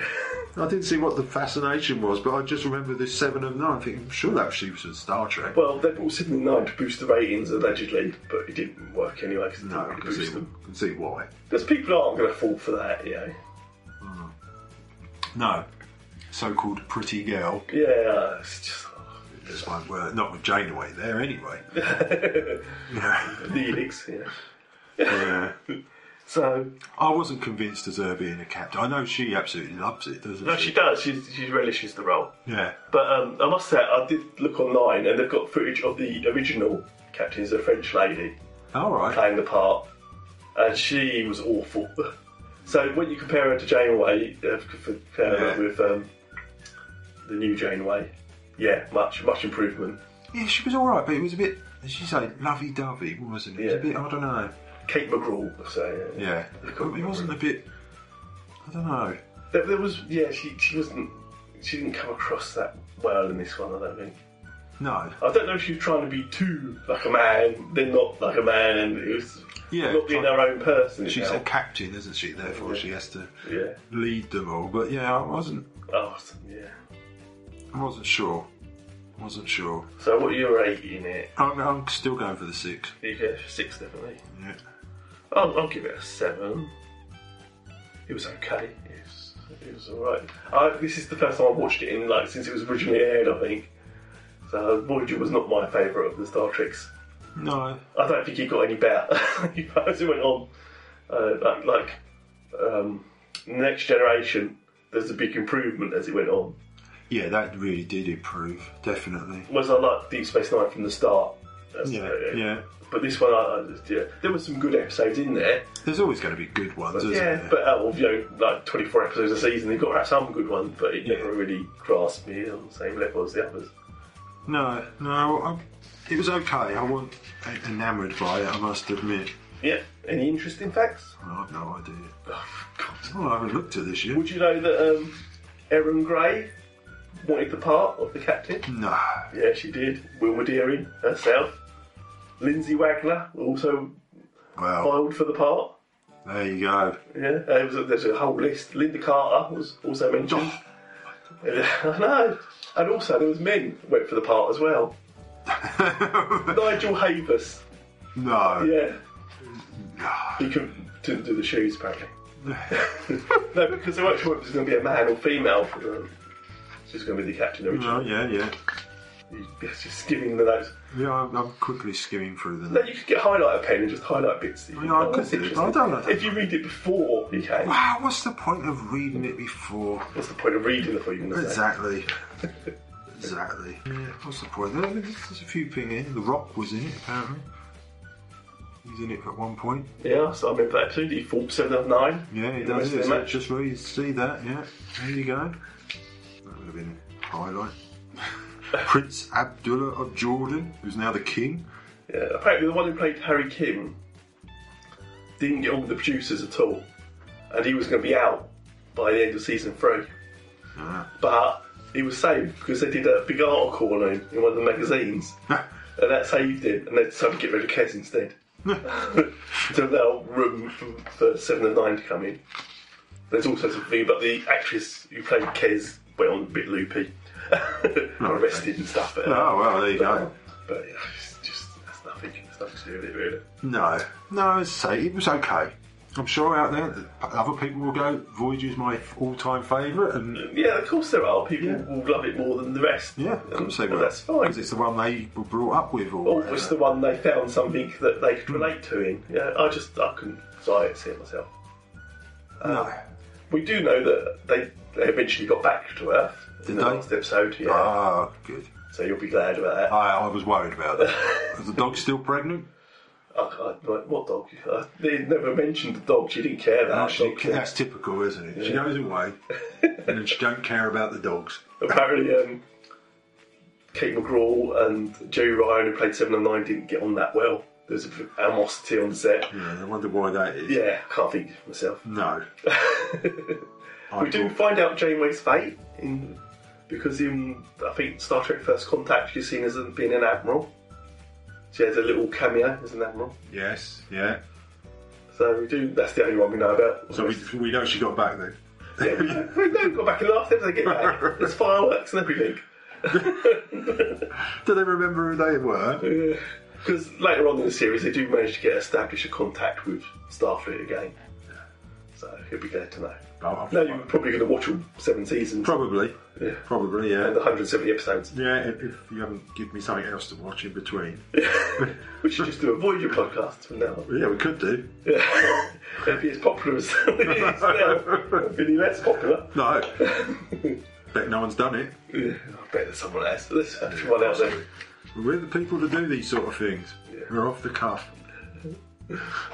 [SPEAKER 5] I didn't see what the fascination was, but I just remember this Seven of Nine. Thinking, I'm sure that she was in Star Trek.
[SPEAKER 4] Well, they brought Seven of Nine to boost the ratings allegedly, but it didn't work anyway because it didn't really
[SPEAKER 5] can see,
[SPEAKER 4] boost them.
[SPEAKER 5] can see why.
[SPEAKER 4] Because people aren't going to fall for that, you know.
[SPEAKER 5] No. So-called pretty girl.
[SPEAKER 4] Yeah, it's just
[SPEAKER 5] That's my word. Not with Janeway there, anyway.
[SPEAKER 4] the Helix, yeah.
[SPEAKER 5] Yeah.
[SPEAKER 4] So
[SPEAKER 5] Uh, I wasn't convinced as her being a captain. I know she absolutely loves it, doesn't
[SPEAKER 4] No,
[SPEAKER 5] she?
[SPEAKER 4] she does. She, she relishes the role.
[SPEAKER 5] Yeah.
[SPEAKER 4] But um, I must say, I did look online, and they've got footage of the original captain's a French lady
[SPEAKER 5] All right.
[SPEAKER 4] playing the part, and she was awful. So when you compare her to Janeway, uh, f- compare her
[SPEAKER 5] Yeah.
[SPEAKER 4] with um, the new Janeway, yeah, much much improvement.
[SPEAKER 5] Yeah, she was all right, but it was a bit. as She said lovey-dovey, wasn't it? It was a bit. I don't know.
[SPEAKER 4] Kate McGraw, so
[SPEAKER 5] Yeah. It wasn't a bit. I don't know.
[SPEAKER 4] There, there was yeah, she she wasn't she didn't come across that well in this one. I don't think.
[SPEAKER 5] No.
[SPEAKER 4] I don't know if she was trying to be too like a man, then not like a man, and it was
[SPEAKER 5] Yeah,
[SPEAKER 4] not being their own person.
[SPEAKER 5] She's
[SPEAKER 4] now.
[SPEAKER 5] a captain, isn't she? Therefore, she has to
[SPEAKER 4] Yeah.
[SPEAKER 5] lead them all. But yeah, I wasn't.
[SPEAKER 4] Oh, yeah.
[SPEAKER 5] I wasn't sure. Wasn't sure.
[SPEAKER 4] So what are your rate in it?
[SPEAKER 5] I'm, I'm still going for the six.
[SPEAKER 4] You get six definitely.
[SPEAKER 5] Yeah.
[SPEAKER 4] I'll, I'll give it a seven. It was okay. It was, it was all right. I, this is the first time I've watched it in like since it was originally aired, I think. So Voyager was not my favourite of the Star Treks.
[SPEAKER 5] No.
[SPEAKER 4] I don't think he got any better as it went on. Uh, like like um, Next Generation, there's a big improvement as it went on.
[SPEAKER 5] Yeah, that really did improve. Definitely.
[SPEAKER 4] Whereas I liked Deep Space Nine from the start. That's-
[SPEAKER 5] Yeah,
[SPEAKER 4] uh,
[SPEAKER 5] yeah.
[SPEAKER 4] But this one, I, I just, yeah, there were some good episodes in there.
[SPEAKER 5] There's always going to be good ones, isn't
[SPEAKER 4] yeah,
[SPEAKER 5] there?
[SPEAKER 4] but out of you know, like 24 episodes a season, they've got to have some good ones, but it never really grasped me on the same level as the others.
[SPEAKER 5] No, no. I, it was okay. I wasn't enamoured by it. I must admit.
[SPEAKER 4] Yeah. Any interesting facts?
[SPEAKER 5] I've no idea. Well, I haven't looked at this yet.
[SPEAKER 4] Would you know that um, Erin Gray wanted the part of the captain?
[SPEAKER 5] No.
[SPEAKER 4] Yeah, she did. Wilma Deering herself. Lindsay Wagner also
[SPEAKER 5] Well,
[SPEAKER 4] filed for the part.
[SPEAKER 5] there you go.
[SPEAKER 4] Yeah, there was a, there's a whole list. Linda Carter was also mentioned. I know. And also, there was men went for the part as well. Nigel Havas.
[SPEAKER 5] No.
[SPEAKER 4] Yeah. He couldn't, didn't do the shoes, apparently. no, because they weren't sure if it was going to be a man or female. Um, She's going to be the captain
[SPEAKER 5] No,
[SPEAKER 4] originally.
[SPEAKER 5] yeah, yeah.
[SPEAKER 4] It's Just skimming the notes.
[SPEAKER 5] Yeah, I'm, I'm quickly skimming through the
[SPEAKER 4] No, you could get a highlighter pen and just highlight bits. That you
[SPEAKER 5] No, I
[SPEAKER 4] think, "Oh, that's
[SPEAKER 5] could do, but I
[SPEAKER 4] interesting."
[SPEAKER 5] don't know that.
[SPEAKER 4] If you read it before you can.
[SPEAKER 5] Wow, what's the point of reading it before?
[SPEAKER 4] What's the point of reading before you're going to say?
[SPEAKER 5] Exactly. exactly. Yeah, what's the point? There- There's, there's a few people in. The Rock was in it, apparently. He was in it at one point.
[SPEAKER 4] Yeah, so I remember that episode. He fought seven of nine.
[SPEAKER 5] Yeah, he
[SPEAKER 4] The
[SPEAKER 5] does.
[SPEAKER 4] rest of
[SPEAKER 5] It.
[SPEAKER 4] the
[SPEAKER 5] So
[SPEAKER 4] match.
[SPEAKER 5] just where you see that, yeah. There you go. That would have been a highlight. Prince Abdullah of Jordan, who's now the king.
[SPEAKER 4] Yeah, apparently the one who played Harry Kim didn't get on with the producers at all, and he was going to be out by the end of season three.
[SPEAKER 5] Ah.
[SPEAKER 4] But he was saved because they did a big article on him in one of the magazines, and that saved him. And they decided to get rid of Kes instead. to allow room for, for Seven and Nine to come in. There's also something about the actress who played Kes went on a bit loopy, arrested and stuff. But,
[SPEAKER 5] Oh, well, there you
[SPEAKER 4] but,
[SPEAKER 5] go.
[SPEAKER 4] But yeah, it's just that's nothing. It's nothing to do with it really.
[SPEAKER 5] No, no, it's say it was okay. I'm sure out there that other people will go. Voyager's my all-time favourite, and
[SPEAKER 4] Yeah, of course there are people who will love it more than the rest.
[SPEAKER 5] yeah, of course they
[SPEAKER 4] But
[SPEAKER 5] will.
[SPEAKER 4] that's fine.
[SPEAKER 5] because it's the one they were brought up with. Or
[SPEAKER 4] Or
[SPEAKER 5] whatever. Hmm.
[SPEAKER 4] was the one they found something that they could relate to in. Yeah, I just I couldn't I see it myself. Uh,
[SPEAKER 5] No.
[SPEAKER 4] We do know that they, they eventually got back to Earth in
[SPEAKER 5] Did
[SPEAKER 4] the
[SPEAKER 5] they?
[SPEAKER 4] last episode. Yeah.
[SPEAKER 5] Ah, good.
[SPEAKER 4] So you'll be glad about that.
[SPEAKER 5] I, I was worried about that. uh, Is the dog still pregnant?
[SPEAKER 4] I, I, Oh, like, what dog? Uh, they never mentioned the dog. She didn't care about
[SPEAKER 5] No,
[SPEAKER 4] that
[SPEAKER 5] Ah, she-
[SPEAKER 4] dog.
[SPEAKER 5] that's typical, isn't it? She
[SPEAKER 4] Yeah.
[SPEAKER 5] goes away, and then she don't care about the dogs.
[SPEAKER 4] Apparently, um, Kate McGraw and Jerry Ryan, who played Seven and Nine, didn't get on that well. There was a bit of animosity on set.
[SPEAKER 5] Yeah, I wonder why that is.
[SPEAKER 4] Yeah, I can't think myself.
[SPEAKER 5] No.
[SPEAKER 4] we do find out Janeway's fate in because in I think Star Trek First Contact she's seen as being an admiral. She has a little cameo as an admiral.
[SPEAKER 5] Yes. Yeah.
[SPEAKER 4] So we do. That's the only one we know about.
[SPEAKER 5] So we, we know she got back then.
[SPEAKER 4] Yeah, we, we know, go back and laugh if they get back. There's fireworks and everything.
[SPEAKER 5] Do they remember who they were?
[SPEAKER 4] Because later on in the series, they do manage to get establish a contact with Starfleet again. So he'll be glad to know. now you're probably going to watch all seven seasons.
[SPEAKER 5] Probably.
[SPEAKER 4] Yeah.
[SPEAKER 5] Probably. Yeah.
[SPEAKER 4] And 170 episodes.
[SPEAKER 5] Yeah, if, if you haven't given me something else to watch in between.
[SPEAKER 4] we should just do a Voyager podcast from now on.
[SPEAKER 5] Yeah, we could do.
[SPEAKER 4] Yeah. It'd be as popular as it is now. It'd be less popular.
[SPEAKER 5] No. Bet no one's done it.
[SPEAKER 4] Yeah, I bet there's someone else. There's someone out there.
[SPEAKER 5] We're the people to do these sort of things. We're off the cuff.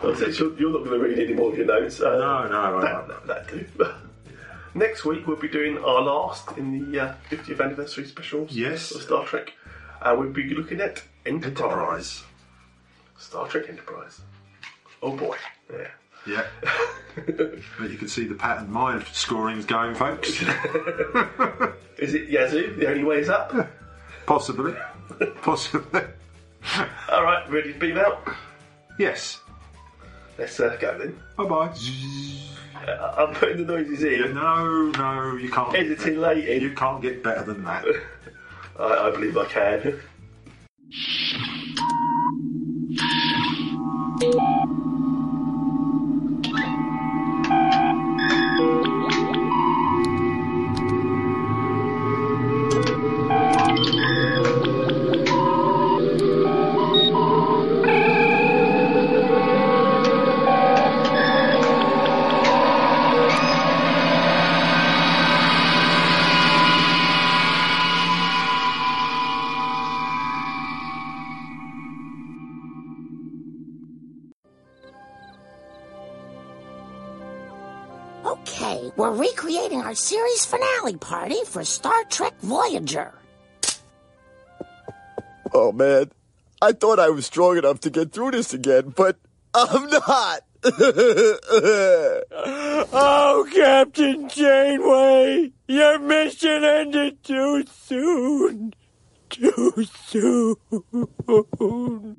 [SPEAKER 4] I said, you're, you're not going to read any more of your notes. Uh,
[SPEAKER 5] No, no, I
[SPEAKER 4] that, that, that do. Next week we'll be doing our last in the uh, 50th anniversary specials.
[SPEAKER 5] Yes.
[SPEAKER 4] of Star Trek, and we'll be looking at Enterprise. Star Trek Enterprise. Oh boy. Yeah.
[SPEAKER 5] Yeah. but you can see the pattern my scoring's going, folks.
[SPEAKER 4] Is it Yazoo? The only way is up.
[SPEAKER 5] Possibly. Possibly.
[SPEAKER 4] All right, ready to beam out.
[SPEAKER 5] Yes.
[SPEAKER 4] Let's uh, go then.
[SPEAKER 5] Bye bye.
[SPEAKER 4] Uh, I'm putting the noises in.
[SPEAKER 5] No, no, you can't.
[SPEAKER 4] Editing later.
[SPEAKER 5] You can't get better than that.
[SPEAKER 4] I, I believe I can.
[SPEAKER 3] Okay, we're recreating our series finale party for Star Trek Voyager.
[SPEAKER 22] Oh man, I thought I was strong enough to get through this again, but I'm not.
[SPEAKER 23] Oh, Captain Janeway, your mission ended too soon. Too soon.